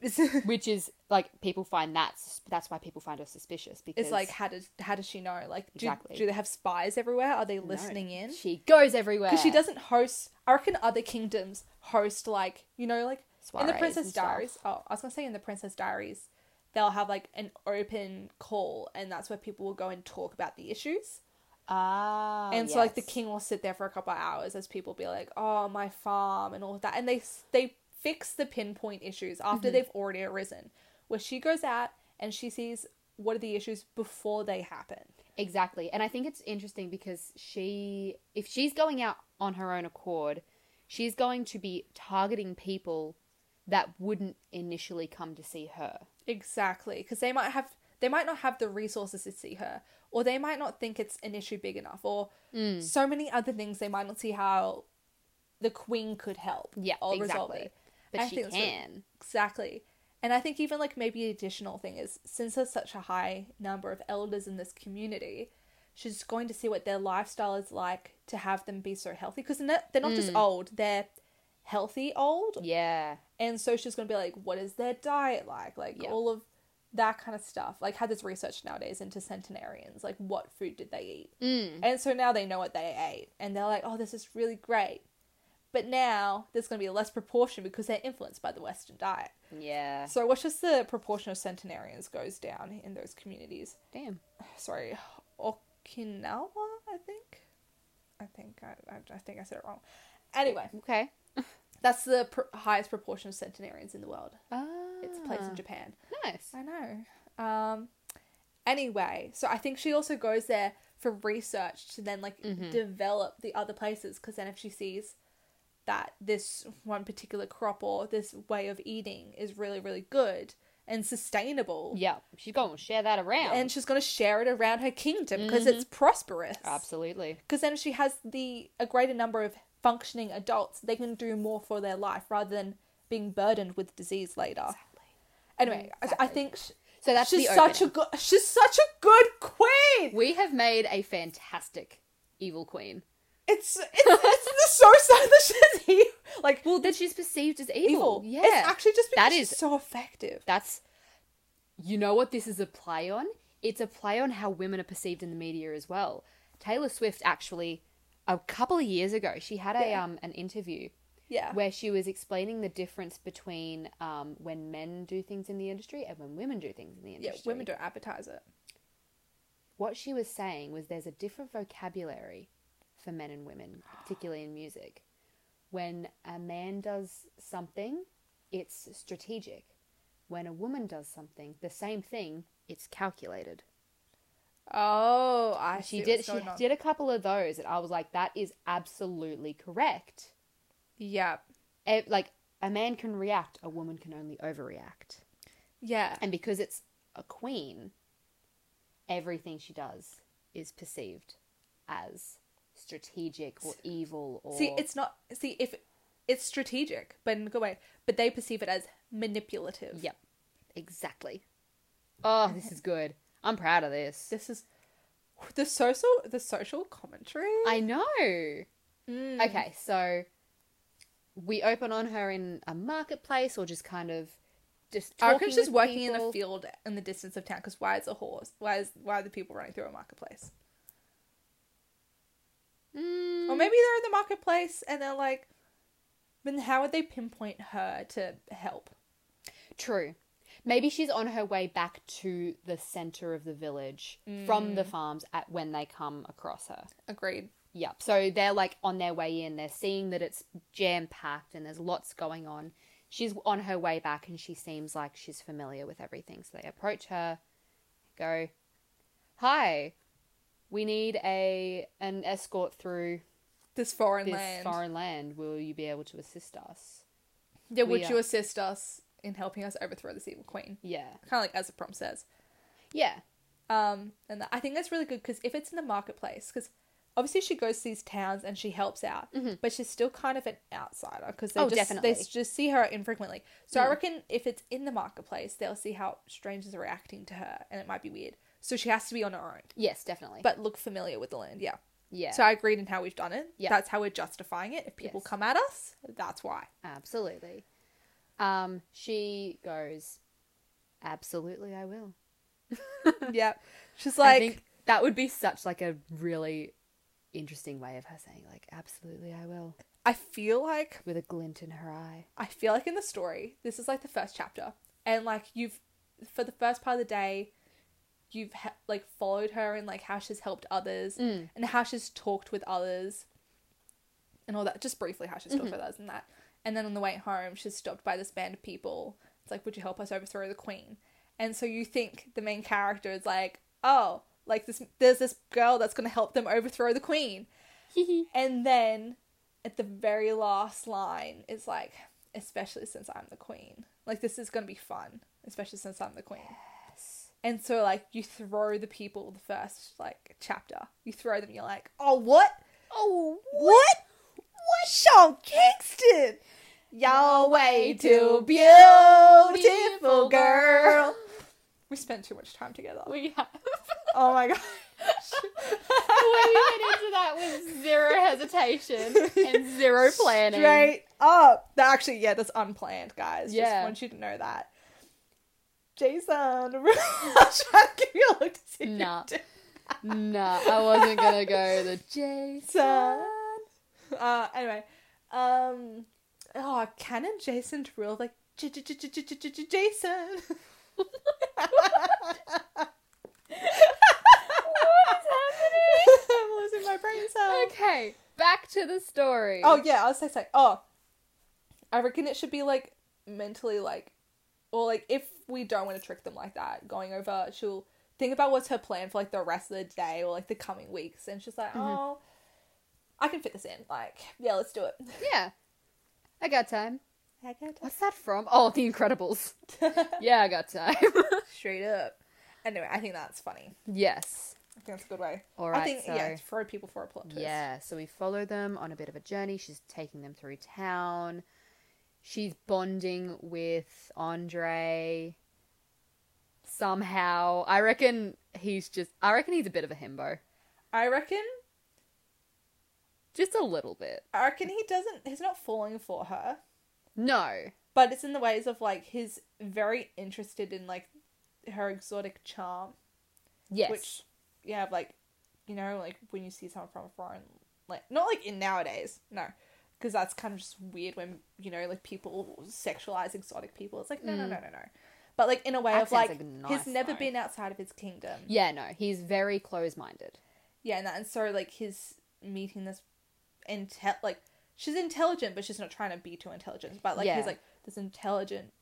It's- [LAUGHS] which is like people find that sus- that's why people find her suspicious because It's like how does how does she know? Like do, Exactly. do they have spies everywhere? Are they no, listening in? she goes everywhere Because she doesn't host. I reckon other kingdoms host like you know like in the Soirees Princess and stuff. Diaries. Oh, I was gonna say in the Princess Diaries, they'll have like an open call, and that's where people will go and talk about the issues. Ah. and so like the yes. king will sit there for a couple of hours as people be like, "Oh, my farm" and all of that, and they they fix the pinpoint issues Mm-hmm. after they've already arisen, where she goes out and she sees what are the issues before they happen. Exactly. And I think it's interesting because she, if she's going out on her own accord, she's going to be targeting people that wouldn't initially come to see her. Exactly, because they might have they might not have the resources to see her, or they might not think it's an issue big enough, or Mm. so many other things they might not see how the queen could help. Yeah, or exactly. But I she think can. that's really- Exactly. And I think even like maybe additional thing is since there's such a high number of elders in this community, she's going to see what their lifestyle is like to have them be so healthy because they're not, they're not Mm. just old, they're healthy old. Yeah. And so she's going to be like what is their diet like? Like Yeah. all of that kind of stuff. Like how there's research nowadays into centenarians, like what food did they eat? Mm. And so now they know what they ate and they're like, "Oh, this is really great." But now there's going to be less proportion because they're influenced by the western diet. Yeah. So watch as the proportion of centenarians goes down in those communities. Damn. Sorry, Okinawa, I think. I think I, I, I think I said it wrong. Anyway, Okay. that's the pr- highest proportion of centenarians in the world. Ah. It's a place in Japan. Nice. I know. Um, anyway, so I think she also goes there for research to then like develop the other places because then if she sees that this one particular crop or this way of eating is really really good and sustainable, Yeah. She's going to share that around. and she's going to share it around her kingdom because it's prosperous. Absolutely. Because then if she has the a greater number of functioning adults, they can do more for their life rather than being burdened with disease later. Anyway, I- I, Exactly. think sh- So that's she's the such a opening. good she's such a good queen. We have made a fantastic evil queen. It's it's, it's the so sad that she's evil. like Well, that she's perceived as evil. evil. Yeah. it's actually just because That she's is- so effective. That's you know what this is a play on? It's a play on how women are perceived in the media as well. Taylor Swift actually a couple of years ago, she had a Yeah. Uh. um an interview Yeah, where she was explaining the difference between um when men do things in the industry and when women do things in the yeah. industry. Women don't advertise it. What she was saying was there's a different vocabulary for men and women, particularly in music. When a man does something, it's strategic. When a woman does something, the same thing, it's calculated. Oh, I She see did what's she going on. did a couple of those and I was like that is absolutely correct. Yeah, It, like a man can react, a woman can only overreact. yeah. And because it's a queen, everything she does is perceived as strategic or evil or See, it's not. See, if it's strategic, but in a good way, but they perceive it as manipulative. Yep. Exactly. Oh, this is good. I'm proud of this. This is the social the social commentary. I know. Mm. Okay, so we open on her in a marketplace or just kind of just I reckon talking she's with working in people. a field in the distance of town because why is a horse? Why is why are the people running through a marketplace? Mm, Or maybe they're in the marketplace and they're like, then how would they pinpoint her to help? True. Maybe she's on her way back to the center of the village Hmm. from the farms at when they come across her. Agreed. Yep. So they're like on their way in. They're seeing that it's jam packed and there's lots going on. She's on her way back and she seems like she's familiar with everything. So they approach her, go, "Hi, we need a an escort through This foreign this land. foreign land. Will you be able to assist us?" yeah, would we you are- assist us in helping us overthrow this evil queen? Yeah. Kind of like as the prompt says. Yeah. Um, and that, I think that's really good because if it's in the marketplace, because obviously she goes to these towns and she helps out, but she's still kind of an outsider because they Oh, just definitely. they s- just see her infrequently. So I reckon if it's in the marketplace, they'll see how strangers are reacting to her, and it might be weird. So she has to be on her own, Yes, definitely. but look familiar with the land. Yeah. yeah. So I agreed in how we've done it. Yeah. That's how we're justifying it. If people Yes. come at us, that's [LAUGHS] why. Absolutely. Um, she goes, Absolutely, I will. yeah. She's I like, think that would be such like a really interesting way of her saying like absolutely I will I feel like with a glint in her eye. I feel like in the story, this is like the first chapter, and like you've for the first part of the day, you've ha- like followed her and like how she's helped others and how she's talked with others and all that. Just briefly, how she's talked with others and that. And then on the way home, she's stopped by this band of people. It's like, would you help us overthrow the queen? And so you think the main character is like, oh, like this, there's this girl that's gonna help them overthrow the queen. And then at the very last line, it's like, especially since I'm the queen. Like, this is going to be fun, especially since I'm the queen. And so, like, you throw the people the first, like, chapter. You throw them, you're like, oh, what? oh, What? What? Sean Kingston! You're way too beautiful, girl. We spent too much time together. [LAUGHS] we have. Oh my god. the way [LAUGHS] we went into that was zero hesitation and [LAUGHS] zero planning. Straight up. That actually, yeah, that's unplanned, guys. Just Yeah. want you to know that. Jason, [LAUGHS] I was trying to give you a look to see. if you Nah. did. Nah, I wasn't gonna go the [LAUGHS] Jason. Jason. Uh, anyway, um, oh, Canon Jason Derulo, like J- J- J- J- J- J- J- Jason. [LAUGHS] I'm losing my brain cells. Okay, back to the story. Oh yeah, I was so sorry. Oh, I reckon it should be like mentally like, or like if we don't want to trick them like that, going over, she'll think about what's her plan for like the rest of the day or like the coming weeks, and she's like, oh, I can fit this in. Like, yeah, let's do it. [LAUGHS] yeah, I got time. What's that from? Oh, The [LAUGHS] Incredibles. yeah, I got time. [LAUGHS] Straight up. Anyway, I think that's funny. yes. I think that's a good way. All I right, think so- yeah, throw people for a plot twist. Yeah, so we follow them on a bit of a journey. She's taking them through town. She's bonding with Andre somehow. I reckon he's just I reckon he's a bit of a himbo. I reckon. Just a little bit. I reckon he doesn't. He's not falling for her. No. but it's in the ways of like he's very interested in like her exotic charm Yes. which yeah like you know like when you see someone from a foreign like not like in nowadays no because that's kind of just weird when you know like people sexualize exotic people it's like no no no no no but like in a way Mm. That of sounds, like, like, he's nice, never though. been outside of his kingdom yeah, no. He's very close-minded. yeah and, that, and so like his meeting this intel like she's intelligent but she's not trying to be too intelligent but like Yeah. he's like this intelligent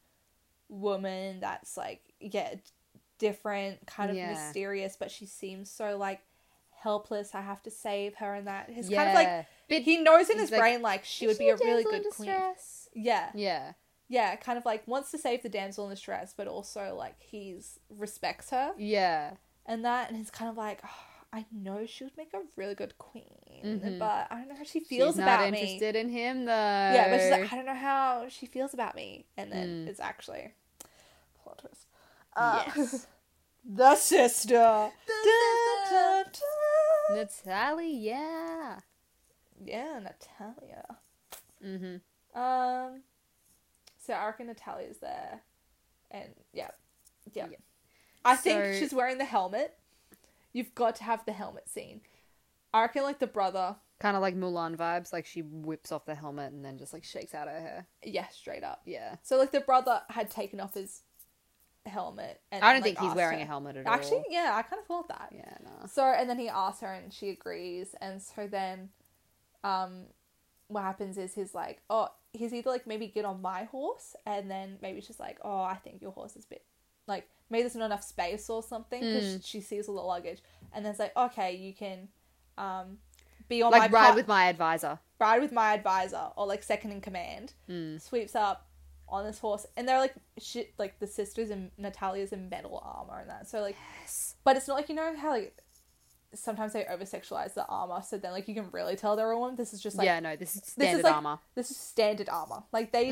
woman that's like yeah different kind of Yeah. mysterious but she seems so like helpless i have to save her and that he's kind of like Bit- he knows in he's his like, brain like she would be a really good queen yeah Yeah. yeah kind of like wants to save the damsel in distress but also like he's respects her Yeah. and that, and it's kind of like, "Oh, I know she would make a really good queen, Mhm. but I don't know how she feels she's about not me. interested in him though. Yeah, but she's like, I don't know how she feels about me, and then Mm. it's actually plot twist. Uh, Yes. [LAUGHS] the sister. Da, da, da. Natalie, yeah. Yeah, Natalia. Mhm. Um, so I reckon Natalia's there, and yeah, yeah. Yeah. I So- think she's wearing the helmet. You've got to have the helmet scene. I reckon like the brother Kind of like Mulan vibes, like she whips off the helmet and then just like shakes out her hair. Yeah, straight up. Yeah. So like the brother had taken off his helmet, and I don't like, think he's asked wearing her- a helmet at all. Actually, yeah, I kind of thought that. yeah, no. So and then he asks her, and she agrees, and so then, um, what happens is he's like, oh, he's either like maybe get on my horse, and then maybe she's like, oh, I think your horse is a bit like maybe there's not enough space or something because Mm. she sees all the luggage, and then it's like, okay, you can, um, be on Like my ride par- with my advisor. ride with my advisor or like second in command Mm. sweeps up on this horse and they're like shit like the sisters and natalia's in metal armor and that so like but it's not like you know how like sometimes they over sexualize the armor so then like you can really tell they're a woman this is just like yeah, no, this is this standard is like armor. Mm-hmm. this is standard armor like they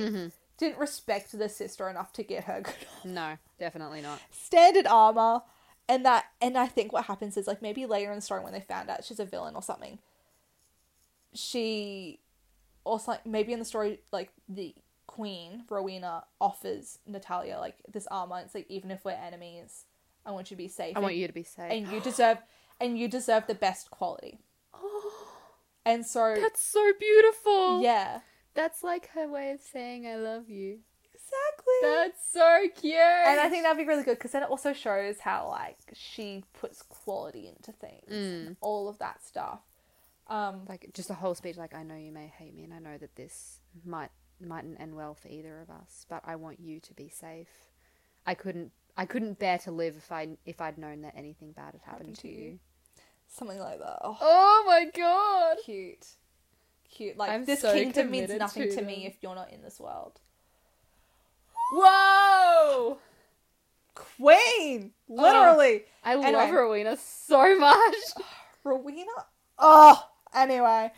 didn't respect the sister enough to get her good [LAUGHS] No, definitely not. standard armor and that and i think what happens is like maybe later in the story when they found out she's a villain or something she also like maybe in the story like the queen rowena offers natalia like this armor it's like even if we're enemies i want you to be safe I want and- you to be safe. [GASPS] and you [GASPS] deserve and you deserve the best quality and so That's so beautiful. Oh, yeah [LAUGHS] That's like her way of saying I love you. That's so cute. And I think that'd be really good because then it also shows how like she puts quality into things, and all of that stuff. Um, like just a whole speech like I know you may hate me and I know that this might mightn't end well for either of us, but I want you to be safe. I couldn't I couldn't bear to live if I if I'd known that anything bad had happened to to you. you. something like that. Oh, Oh my god. cute, cute. Like I'm this so kingdom means committed nothing to to, me them. if you're not in this world. Whoa! Queen, literally. literally. I love Anyway. Rowena so much. Rowena. Oh, anyway,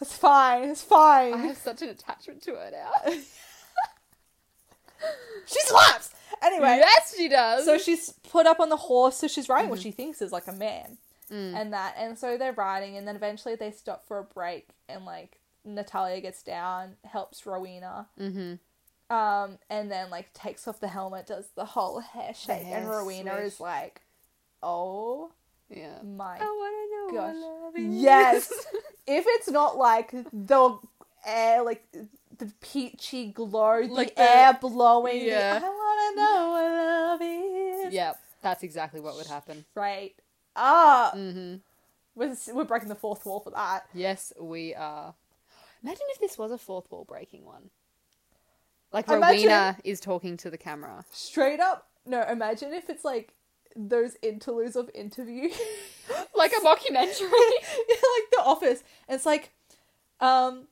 it's fine. It's fine. [LAUGHS] I have such an attachment to her [LAUGHS] now. She slaps. Anyway, Yes, she does. so she's put up on the horse, so she's riding Mm-hmm. what she thinks is like a man, Mm. and that, and so they're riding, and then eventually they stop for a break, and like Natalia gets down, helps Rowena, Mhm. um, and then like takes off the helmet, does the whole hair shake, and hair Rowena swish. is like, "Oh yeah. my Oh." I wanna know gosh, I love you. yes!" if it's not like the air, like the peachy glow, the Like the- air blowing, the, Yeah. I wanna know what love is. [LAUGHS] Yep, that's exactly what would happen. Right. Ah. hmm We're, we're breaking the fourth wall for that. Yes, we are. Imagine if this was a fourth wall breaking one. Like Imagine- Rowena is talking to the camera. Straight up, no, imagine if it's like those interludes of interview. [LAUGHS] Like a mockumentary. Yeah, like The Office. And it's like, um,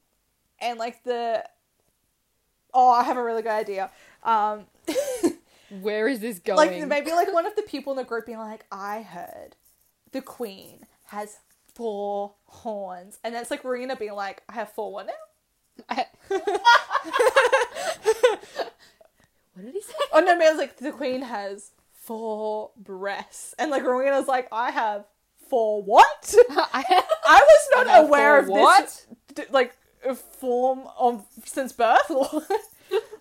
and like the. Oh, I have a really good idea. Um, [LAUGHS] [LAUGHS] Where is this going? like maybe like one of the people in the group being like, I heard the Queen has four horns. And then it's like Rowena being like, I have four what now? [LAUGHS] I- what did he say? [LAUGHS] Oh no, man! like the queen has four breasts, and like Rowena's like, I have four what? [LAUGHS] I- I was not I have aware four of this d- like form of since birth, [LAUGHS] or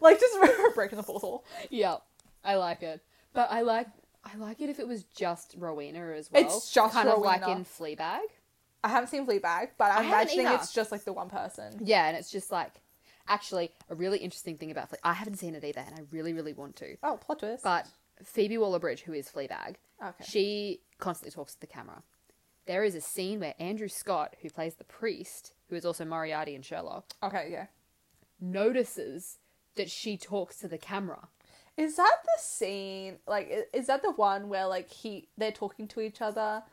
like just [LAUGHS] breaking the fourth wall. yeah, I like it, but I like I like it if it was just Rowena as well. It's just kind of like Rowena. in Fleabag. I haven't seen Fleabag, but I'm haven't imagining either. it's just like the one person. Yeah, and it's just like actually a really interesting thing about Fleabag. I haven't seen it either, and I really really want to. Oh, plot twist. But Phoebe Waller-Bridge, who is Fleabag, okay. she constantly talks to the camera. There is a scene where Andrew Scott, who plays the priest, who is also Moriarty in Sherlock, okay, yeah. notices that she talks to the camera. Is that the scene? Like, i- is that the one where like he they're talking to each other,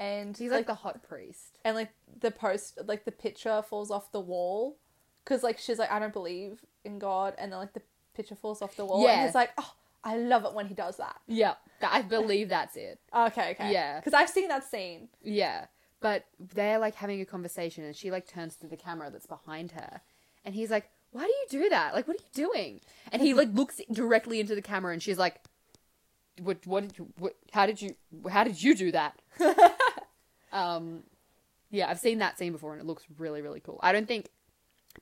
and He's like, the hot priest. and like the post like the picture falls off the wall because like she's like i don't believe in god and then like the picture falls off the wall Yeah. and he's like oh i love it when he does that Yeah, th- I believe that's it. okay okay Yeah. because i've seen that scene Yeah, but they're like having a conversation, and she like turns to the camera that's behind her, and he's like, "Why do you do that? Like, what are you doing?" And he like looks directly into the camera, and she's like, "What? What did you? What, how did you? How did you do [LAUGHS] that?" um, yeah, I've seen that scene before, and it looks really, really cool. I don't think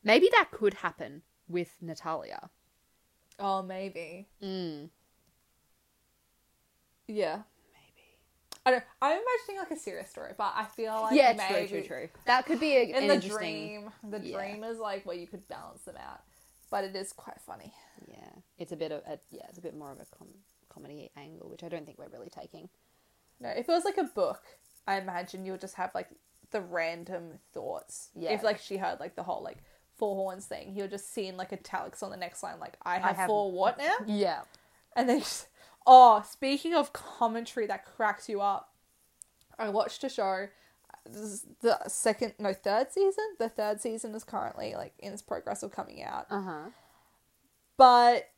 maybe that could happen with Natalia. oh maybe Mm. yeah Maybe. i don't i'm imagining like a serious story but i feel like yeah, maybe true, true, true. That could be a, an in the interesting. dream the Yeah. dream is like where you could balance them out but it is quite funny Yeah, it's a bit of a yeah, it's a bit more of a com- comedy angle, which I don't think we're really taking. No, if it was like a book, I imagine you would just have like the random thoughts. Yeah. If like she heard like the whole like four horns thing, he would just see in like italics on the next line, like I have, have- four what [LAUGHS] now? Yeah, And then just, oh, speaking of commentary that cracks you up, I watched a show. uh, This is the second, no, third season. The third season is currently like in its progress of coming out, uh huh. but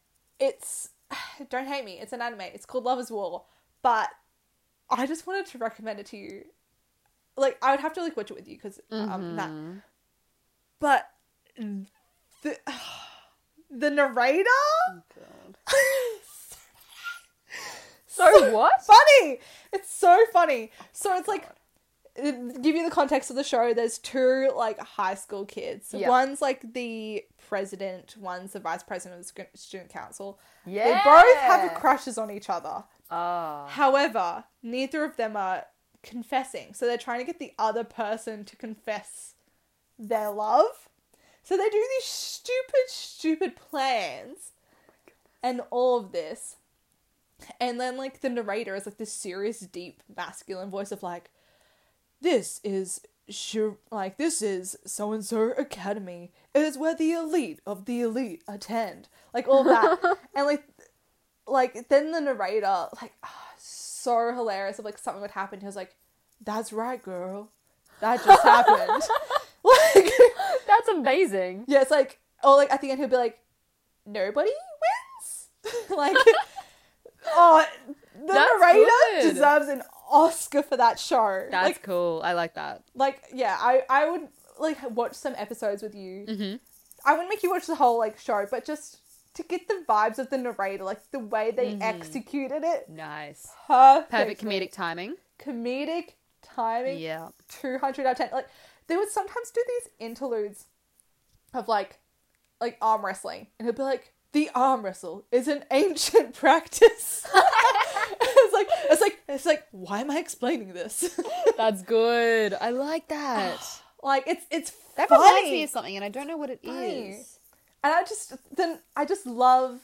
it's [SIGHS] don't hate me. It's an anime. It's called Lovers War, but I just wanted to recommend it to you. Like I would have to like watch it with you because um that. But the [SIGHS] the narrator [LAUGHS] Oh, So what? funny. It's so funny. So it's like it- give you the context of the show there's two like high school kids Yeah. one's like the president one's the vice president of the sc- student council Yeah, they both have crushes on each other Ah, [LAUGHS] However, neither of them are confessing. So they're trying to get the other person to confess their love. So they do these stupid, stupid plans and all of this. And then like the narrator is like this serious, deep, masculine voice of like, this is sure like this is so and so academy. It is where the elite of the elite attend. Like all that, and like, like then the narrator like ah, so hilarious of like something would happen. He was like, "That's right, girl, that [LAUGHS] just happened." [LAUGHS] like That's amazing. yeah, it's like oh like at the end he'll be like, "Nobody wins." [LAUGHS] [LAUGHS] like oh, the That's narrator good. deserves an Oscar for that show. [LAUGHS] That's like cool. I like that. like yeah i i would like watch some episodes with you Mm-hmm. i wouldn't make you watch the whole like show but just to get the vibes of the narrator like the way they Mm-hmm. executed it Nice. perfect Perfect comedic timing. comedic timing Yeah. 200 out of 10 like they would sometimes do these interludes of like like arm wrestling and it'd be like the arm wrestle is an ancient [LAUGHS] practice it's like it's like it's like why am i explaining [LAUGHS] this That's good. I like that. [LAUGHS] [GASPS] like it's it's That funny. reminds me of something, and I don't know what it is. Funny. And I just then I just love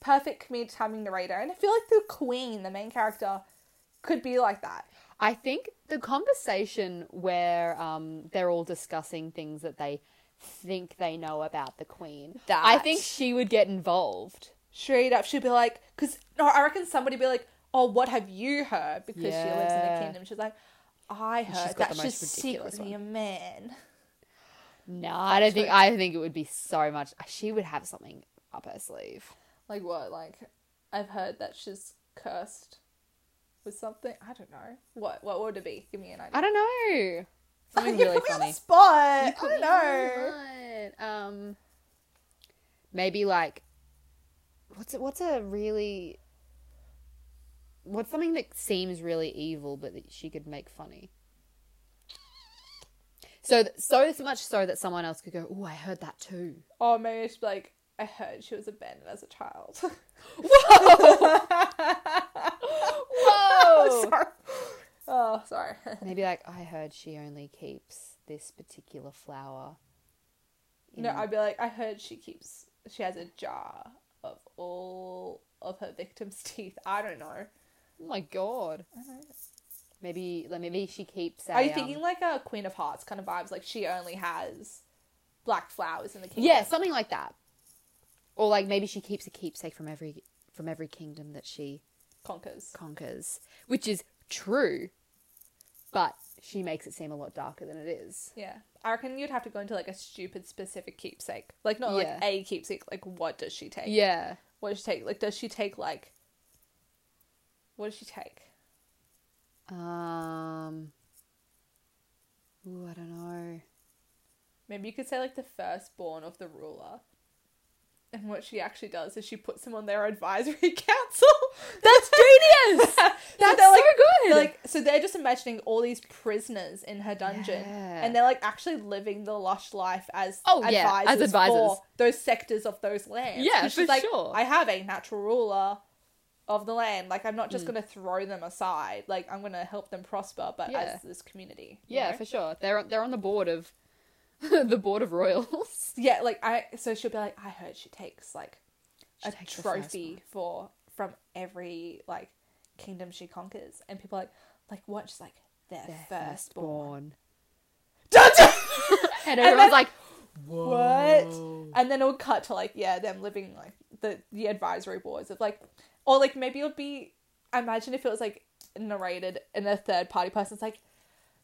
perfect comedic timing narrator, and I feel like the queen, the main character, could be like that. I think the conversation where um, they're all discussing things that they think they know about the queen. That. I think she would get involved. Straight up, she'd be like, because no, I reckon somebody be like, oh, what have you heard? Because she lives in Yeah. the kingdom. She's like, I she's heard got that the she's most ridiculous secretly a man. No, I don't think. I think it would be so much. She would have something up her sleeve. Like what? Like I've heard that she's cursed with something. I don't know. What? What would it be? Give me an idea. I don't know. [LAUGHS] Something you really put me on funny. the spot. I Put don't me know. on the spot. Um, maybe like, what's a, what's a really, what's something that seems really evil but that she could make funny. So th- so much so that someone else could go, oh, I heard that too. Or Oh, maybe she'd be like, I heard she was abandoned as a child. [LAUGHS] [LAUGHS] Whoa! sorry. Oh, sorry. Maybe like I heard she only keeps this particular flower. no, I'd be like, I heard she keeps, she has a jar of all of her victims' [LAUGHS] teeth. I don't know. Oh my god. Maybe like maybe she keeps. A, Are you um, thinking like a Queen of Hearts kind of vibes? Like she only has black flowers in the kingdom. Yeah, something like that. Or like maybe she keeps a keepsake from every from every kingdom that she Conquers. conquers, which is true, but she makes it seem a lot darker than it is. Yeah. I reckon you'd have to go into like a stupid specific keepsake. Like not like Yeah. a keepsake. Like what does she take? Yeah. What does she take? Like, does she take like? What does she take? Um. Ooh, I don't know. Maybe you could say like the firstborn of the ruler. And what she actually does is she puts him on their advisory [LAUGHS] council. [LAUGHS] That's genius. That's they're, like- so good. They're, like, so they're just imagining all these prisoners in her dungeon, Yeah. and they're like actually living the lush life as Oh, yeah, as advisors. for those sectors of those lands. Yeah, 'Cause she's for like, sure. I have a natural ruler of the land. Like, I'm not Mm. just gonna throw them aside. Like, I'm gonna help them prosper, but Yeah. as this community. you yeah, know? for sure. They're they're on the board of [LAUGHS] the board of royals. Yeah, like I so she'll be like, I heard she takes like She a takes the first trophy for from every like kingdom she conquers, and people are like, like what? She's like their, firstborn. [LAUGHS] and everyone's like, What? And then it'll cut to like yeah, them living like the the advisory boards of like, or like maybe it'll be. Imagine if it was like narrated and a third party person's like,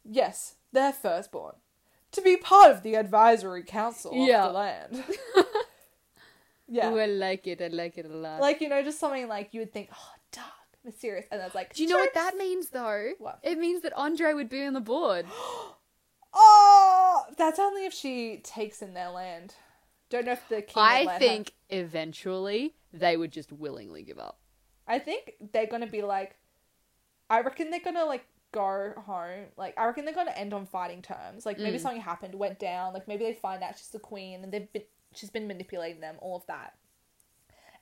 yes, their firstborn, to be part of the advisory council Yeah. of the [LAUGHS] land. yeah. "Ooh, I like it. I like it a lot." like you know just something like you would think oh dark mysterious and that's like Do you know what "Sure." that means though? What? It means that Andre would be on the board. oh that's only if she takes in their land don't know if the king would let I her. think eventually they would just willingly give up. i think they're gonna be like i reckon they're gonna like go home like i reckon they're gonna end on fighting terms like Mm. maybe something happened went down like maybe they find out she's the queen and they've been she's been manipulating them all of that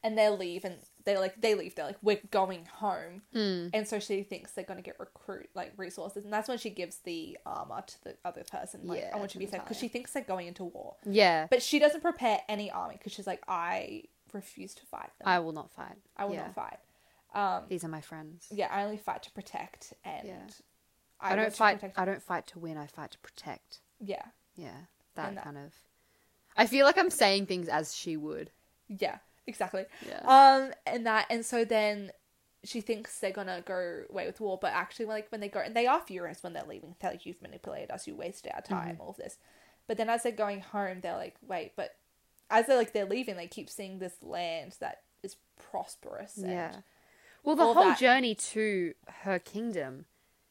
and they leave and they like they leave they're like we're going home Hmm. and so she thinks they're going to get recruit like resources and that's when she gives the armor to the other person like Yeah, i want you to be to safe because Natalia. she thinks they're going into war Yeah. but she doesn't prepare any army because she's like i refuse to fight them. I will not fight. I will Yeah. not fight. Um, These are my friends. yeah, I only fight to protect, and Yeah. I, I, want don't to fight. protect- I don't fight to win. I fight to protect. yeah, Yeah, that, And that- kind of. I feel like I'm saying things as she would. yeah, exactly. Yeah. Um, and that, and so then she thinks they're gonna go away with war, but actually, like when they go, and they are furious when they're leaving. They're like, "You've manipulated us. You wasted our time. Mm-hmm. All of this." But then as they're going home, they're like, "Wait!" But as they're like they're leaving, they keep seeing this land that is prosperous. And yeah. Well, the all whole that- journey to her kingdom,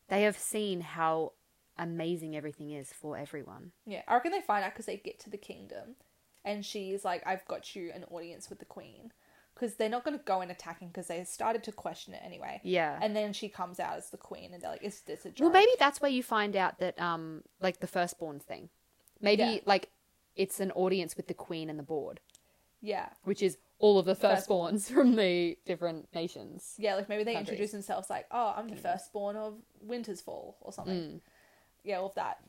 they have seen how amazing everything is for everyone. Yeah, I reckon they find out because they get to the kingdom, and she's like, "I've got you an audience with the queen," because they're not going to go and attack him because they started to question it anyway. Yeah. And then she comes out as the queen, and they're like, "Is this a joke?" Well, maybe that's where you find out that, um, like the firstborn thing. Maybe Yeah. like it's an audience with the queen and the board, Yeah, which is all of the Firstborn. firstborns [LAUGHS] from the different nations. yeah. Like maybe they Countries. Mm. introduce themselves like, "Oh, I'm the firstborn of Winter's Fall" or something. Yeah, all of that.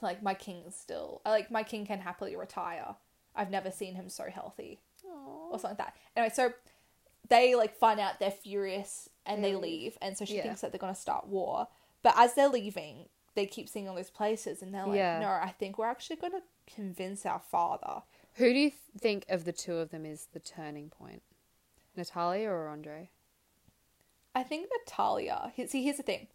Like my king's still, I like my king can happily retire. I've never seen him so healthy. or something like that. Anyway, so they like find out they're furious and they, They leave. leave. and so she Mm. Yeah. thinks that they're gonna start war. But as they're leaving, they keep seeing all these places, and they're like, Yeah. "No, I think we're actually gonna convince our father." Who do you th- think of the two of them is the turning point? Natalia or Andre? I think Natalia. he- See, here's the thing.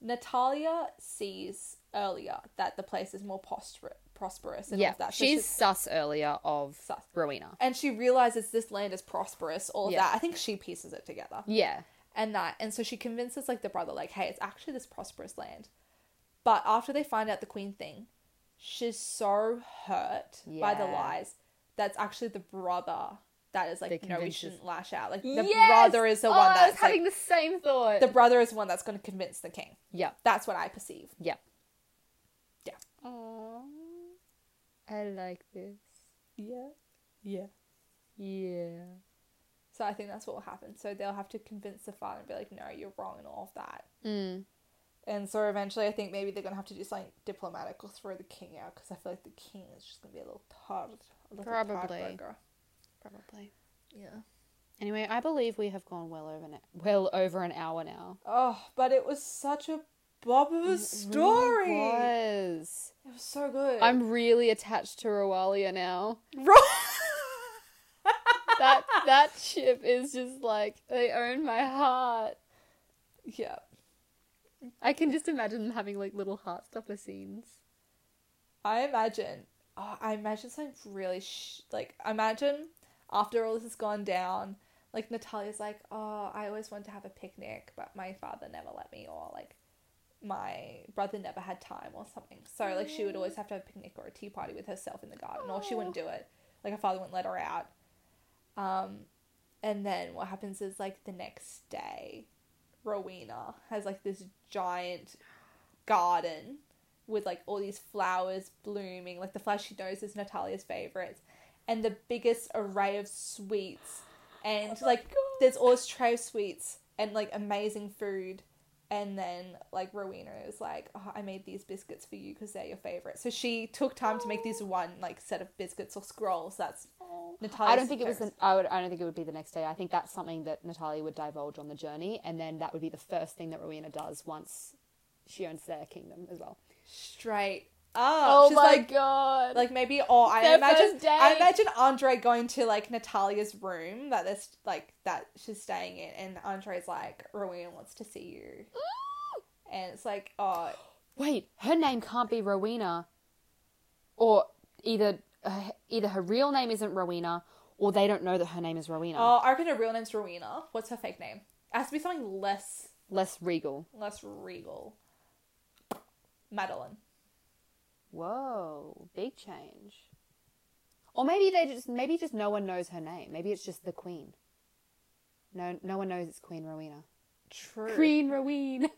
Natalia sees earlier that the place is more prosper- prosperous and all yeah, of that. So she's she- sus earlier of Sus. Rowena. and she realizes this land is prosperous. All of Yeah. that. I think she pieces it together. Yeah, and that and so she convinces like the brother like hey it's actually this prosperous land but after they find out the queen thing she's so hurt by the Yeah. lies that's actually the brother that is like That no we convinces- shouldn't lash out like the brother is the one one that's like, the same thought. the brother is the one that's going to convince the king Yeah, that's what i perceive yeah, Yeah. Aww, I like this. yeah yeah Yeah. so i think that's what will happen so they'll have to convince the father and be like no you're wrong and all of that Mm. And so eventually, I think maybe they're gonna have to do something diplomatic or throw the king out because I feel like the king is just gonna be a little tard, a little tard Probably. burger. Probably. Yeah. Anyway, I believe we have gone well over an, well over an hour now. Oh, but it was such a bob of a story. It Mm, was. was so good. [LAUGHS] I'm really attached to Rowalia now. wrong. that that ship is just like they own my heart. [LAUGHS] yeah. I can just imagine them having like little heart stopper scenes. I imagine. Oh, I imagine something really sh- like imagine after all this has gone down. Like Natalia's like, oh, I always wanted to have a picnic, but my father never let me, or like my brother never had time, or something. So like she would always have to have a picnic or a tea party with herself in the garden, or she wouldn't do it. Like her father wouldn't let her out. Um, and then what happens is like the next day, Rowena has like this giant garden with like all these flowers blooming, like the flowers she knows is Natalia's favorites, and the biggest array of sweets, Oh and like there's all this tray of sweets and like amazing food, and then like Rowena is like, oh, I made these biscuits for you because they're your favorite. So she took time to make Oh. this one like set of biscuits or scrolls. That's Natalia's. I don't think it was. favorites. The, I would. I don't think it would be the next day. I think that's something that Natalia would divulge on the journey, and then that would be the first thing that Rowena does once she owns their kingdom as well. straight up. Oh, She's like, Oh god! like maybe or I Their imagine first I date. imagine Andre going to like Natalia's room that this like that she's staying in and Andre's like Rowena wants to see [GASPS] you and it's like oh wait, her name can't be Rowena, or either uh, either her real name isn't Rowena, or they don't know that her name is Rowena. oh I reckon her real name's Rowena what's her fake name it has to be something less Less regal. less regal Madeline Whoa, big change. Or maybe they just maybe just no one knows her name. Maybe it's just the Queen. No, no one knows it's Queen Rowena. true Queen Rowena.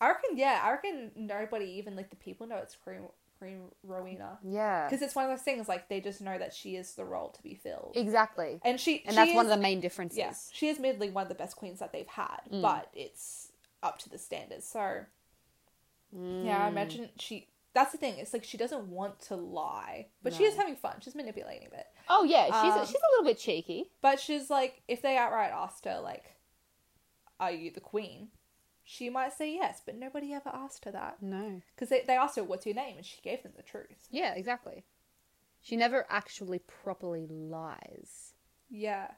I reckon yeah I reckon nobody even like the people know it's Queen Queen Rowena [LAUGHS] Yeah, because it's one of those things like they just know that she is the role to be filled exactly. and she And that's she one is- of the main differences. Yeah, she is admittedly one of the best queens that they've had, Mm. but it's up to the standards. So yeah, I imagine she that's the thing. It's like she doesn't want to lie, but she is having fun. She's manipulating it. Oh yeah, she's Um, she's a little bit cheeky. But she's like, if they outright asked her, like, are you the queen? She might say yes, but nobody ever asked her that. No. Because they, they asked her, what's your name? And she gave them the truth. Yeah, exactly. She never actually properly lies. Yeah.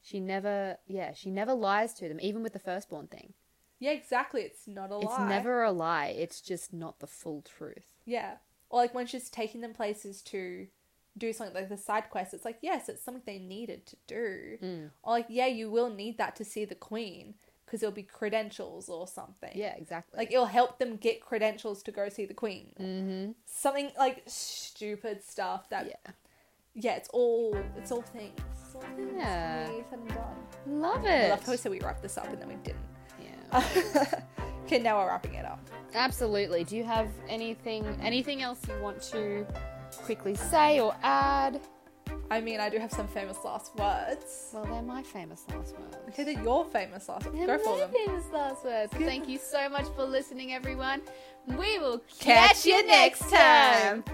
She never, yeah, she never lies to them, even with the firstborn thing. Yeah, exactly. It's not a It's lie. never a lie, it's just not the full truth. Yeah. Or like when she's taking them places to do something like the side quest, it's like, yes, it's something they needed to do. Mm. Or like, yeah, you will need that to see the queen because it'll be credentials or something. Yeah, exactly. Like it'll help them get credentials to go see the queen. Mm. Mm-hmm. Something like stupid stuff that yeah. yeah. it's all it's all things. It's all things to Yeah. me, said and done. Love I it. love how so we wrapped this up and then we didn't. [LAUGHS] yeah. okay, now we're wrapping it up. Absolutely. Do you have anything anything else you want to quickly say or add? I mean, I do have some famous last words. Well, they're my famous last words. Okay, they're your famous last words. Go for them. Famous last words. Thank you so much for listening, everyone. We will Catch you next time.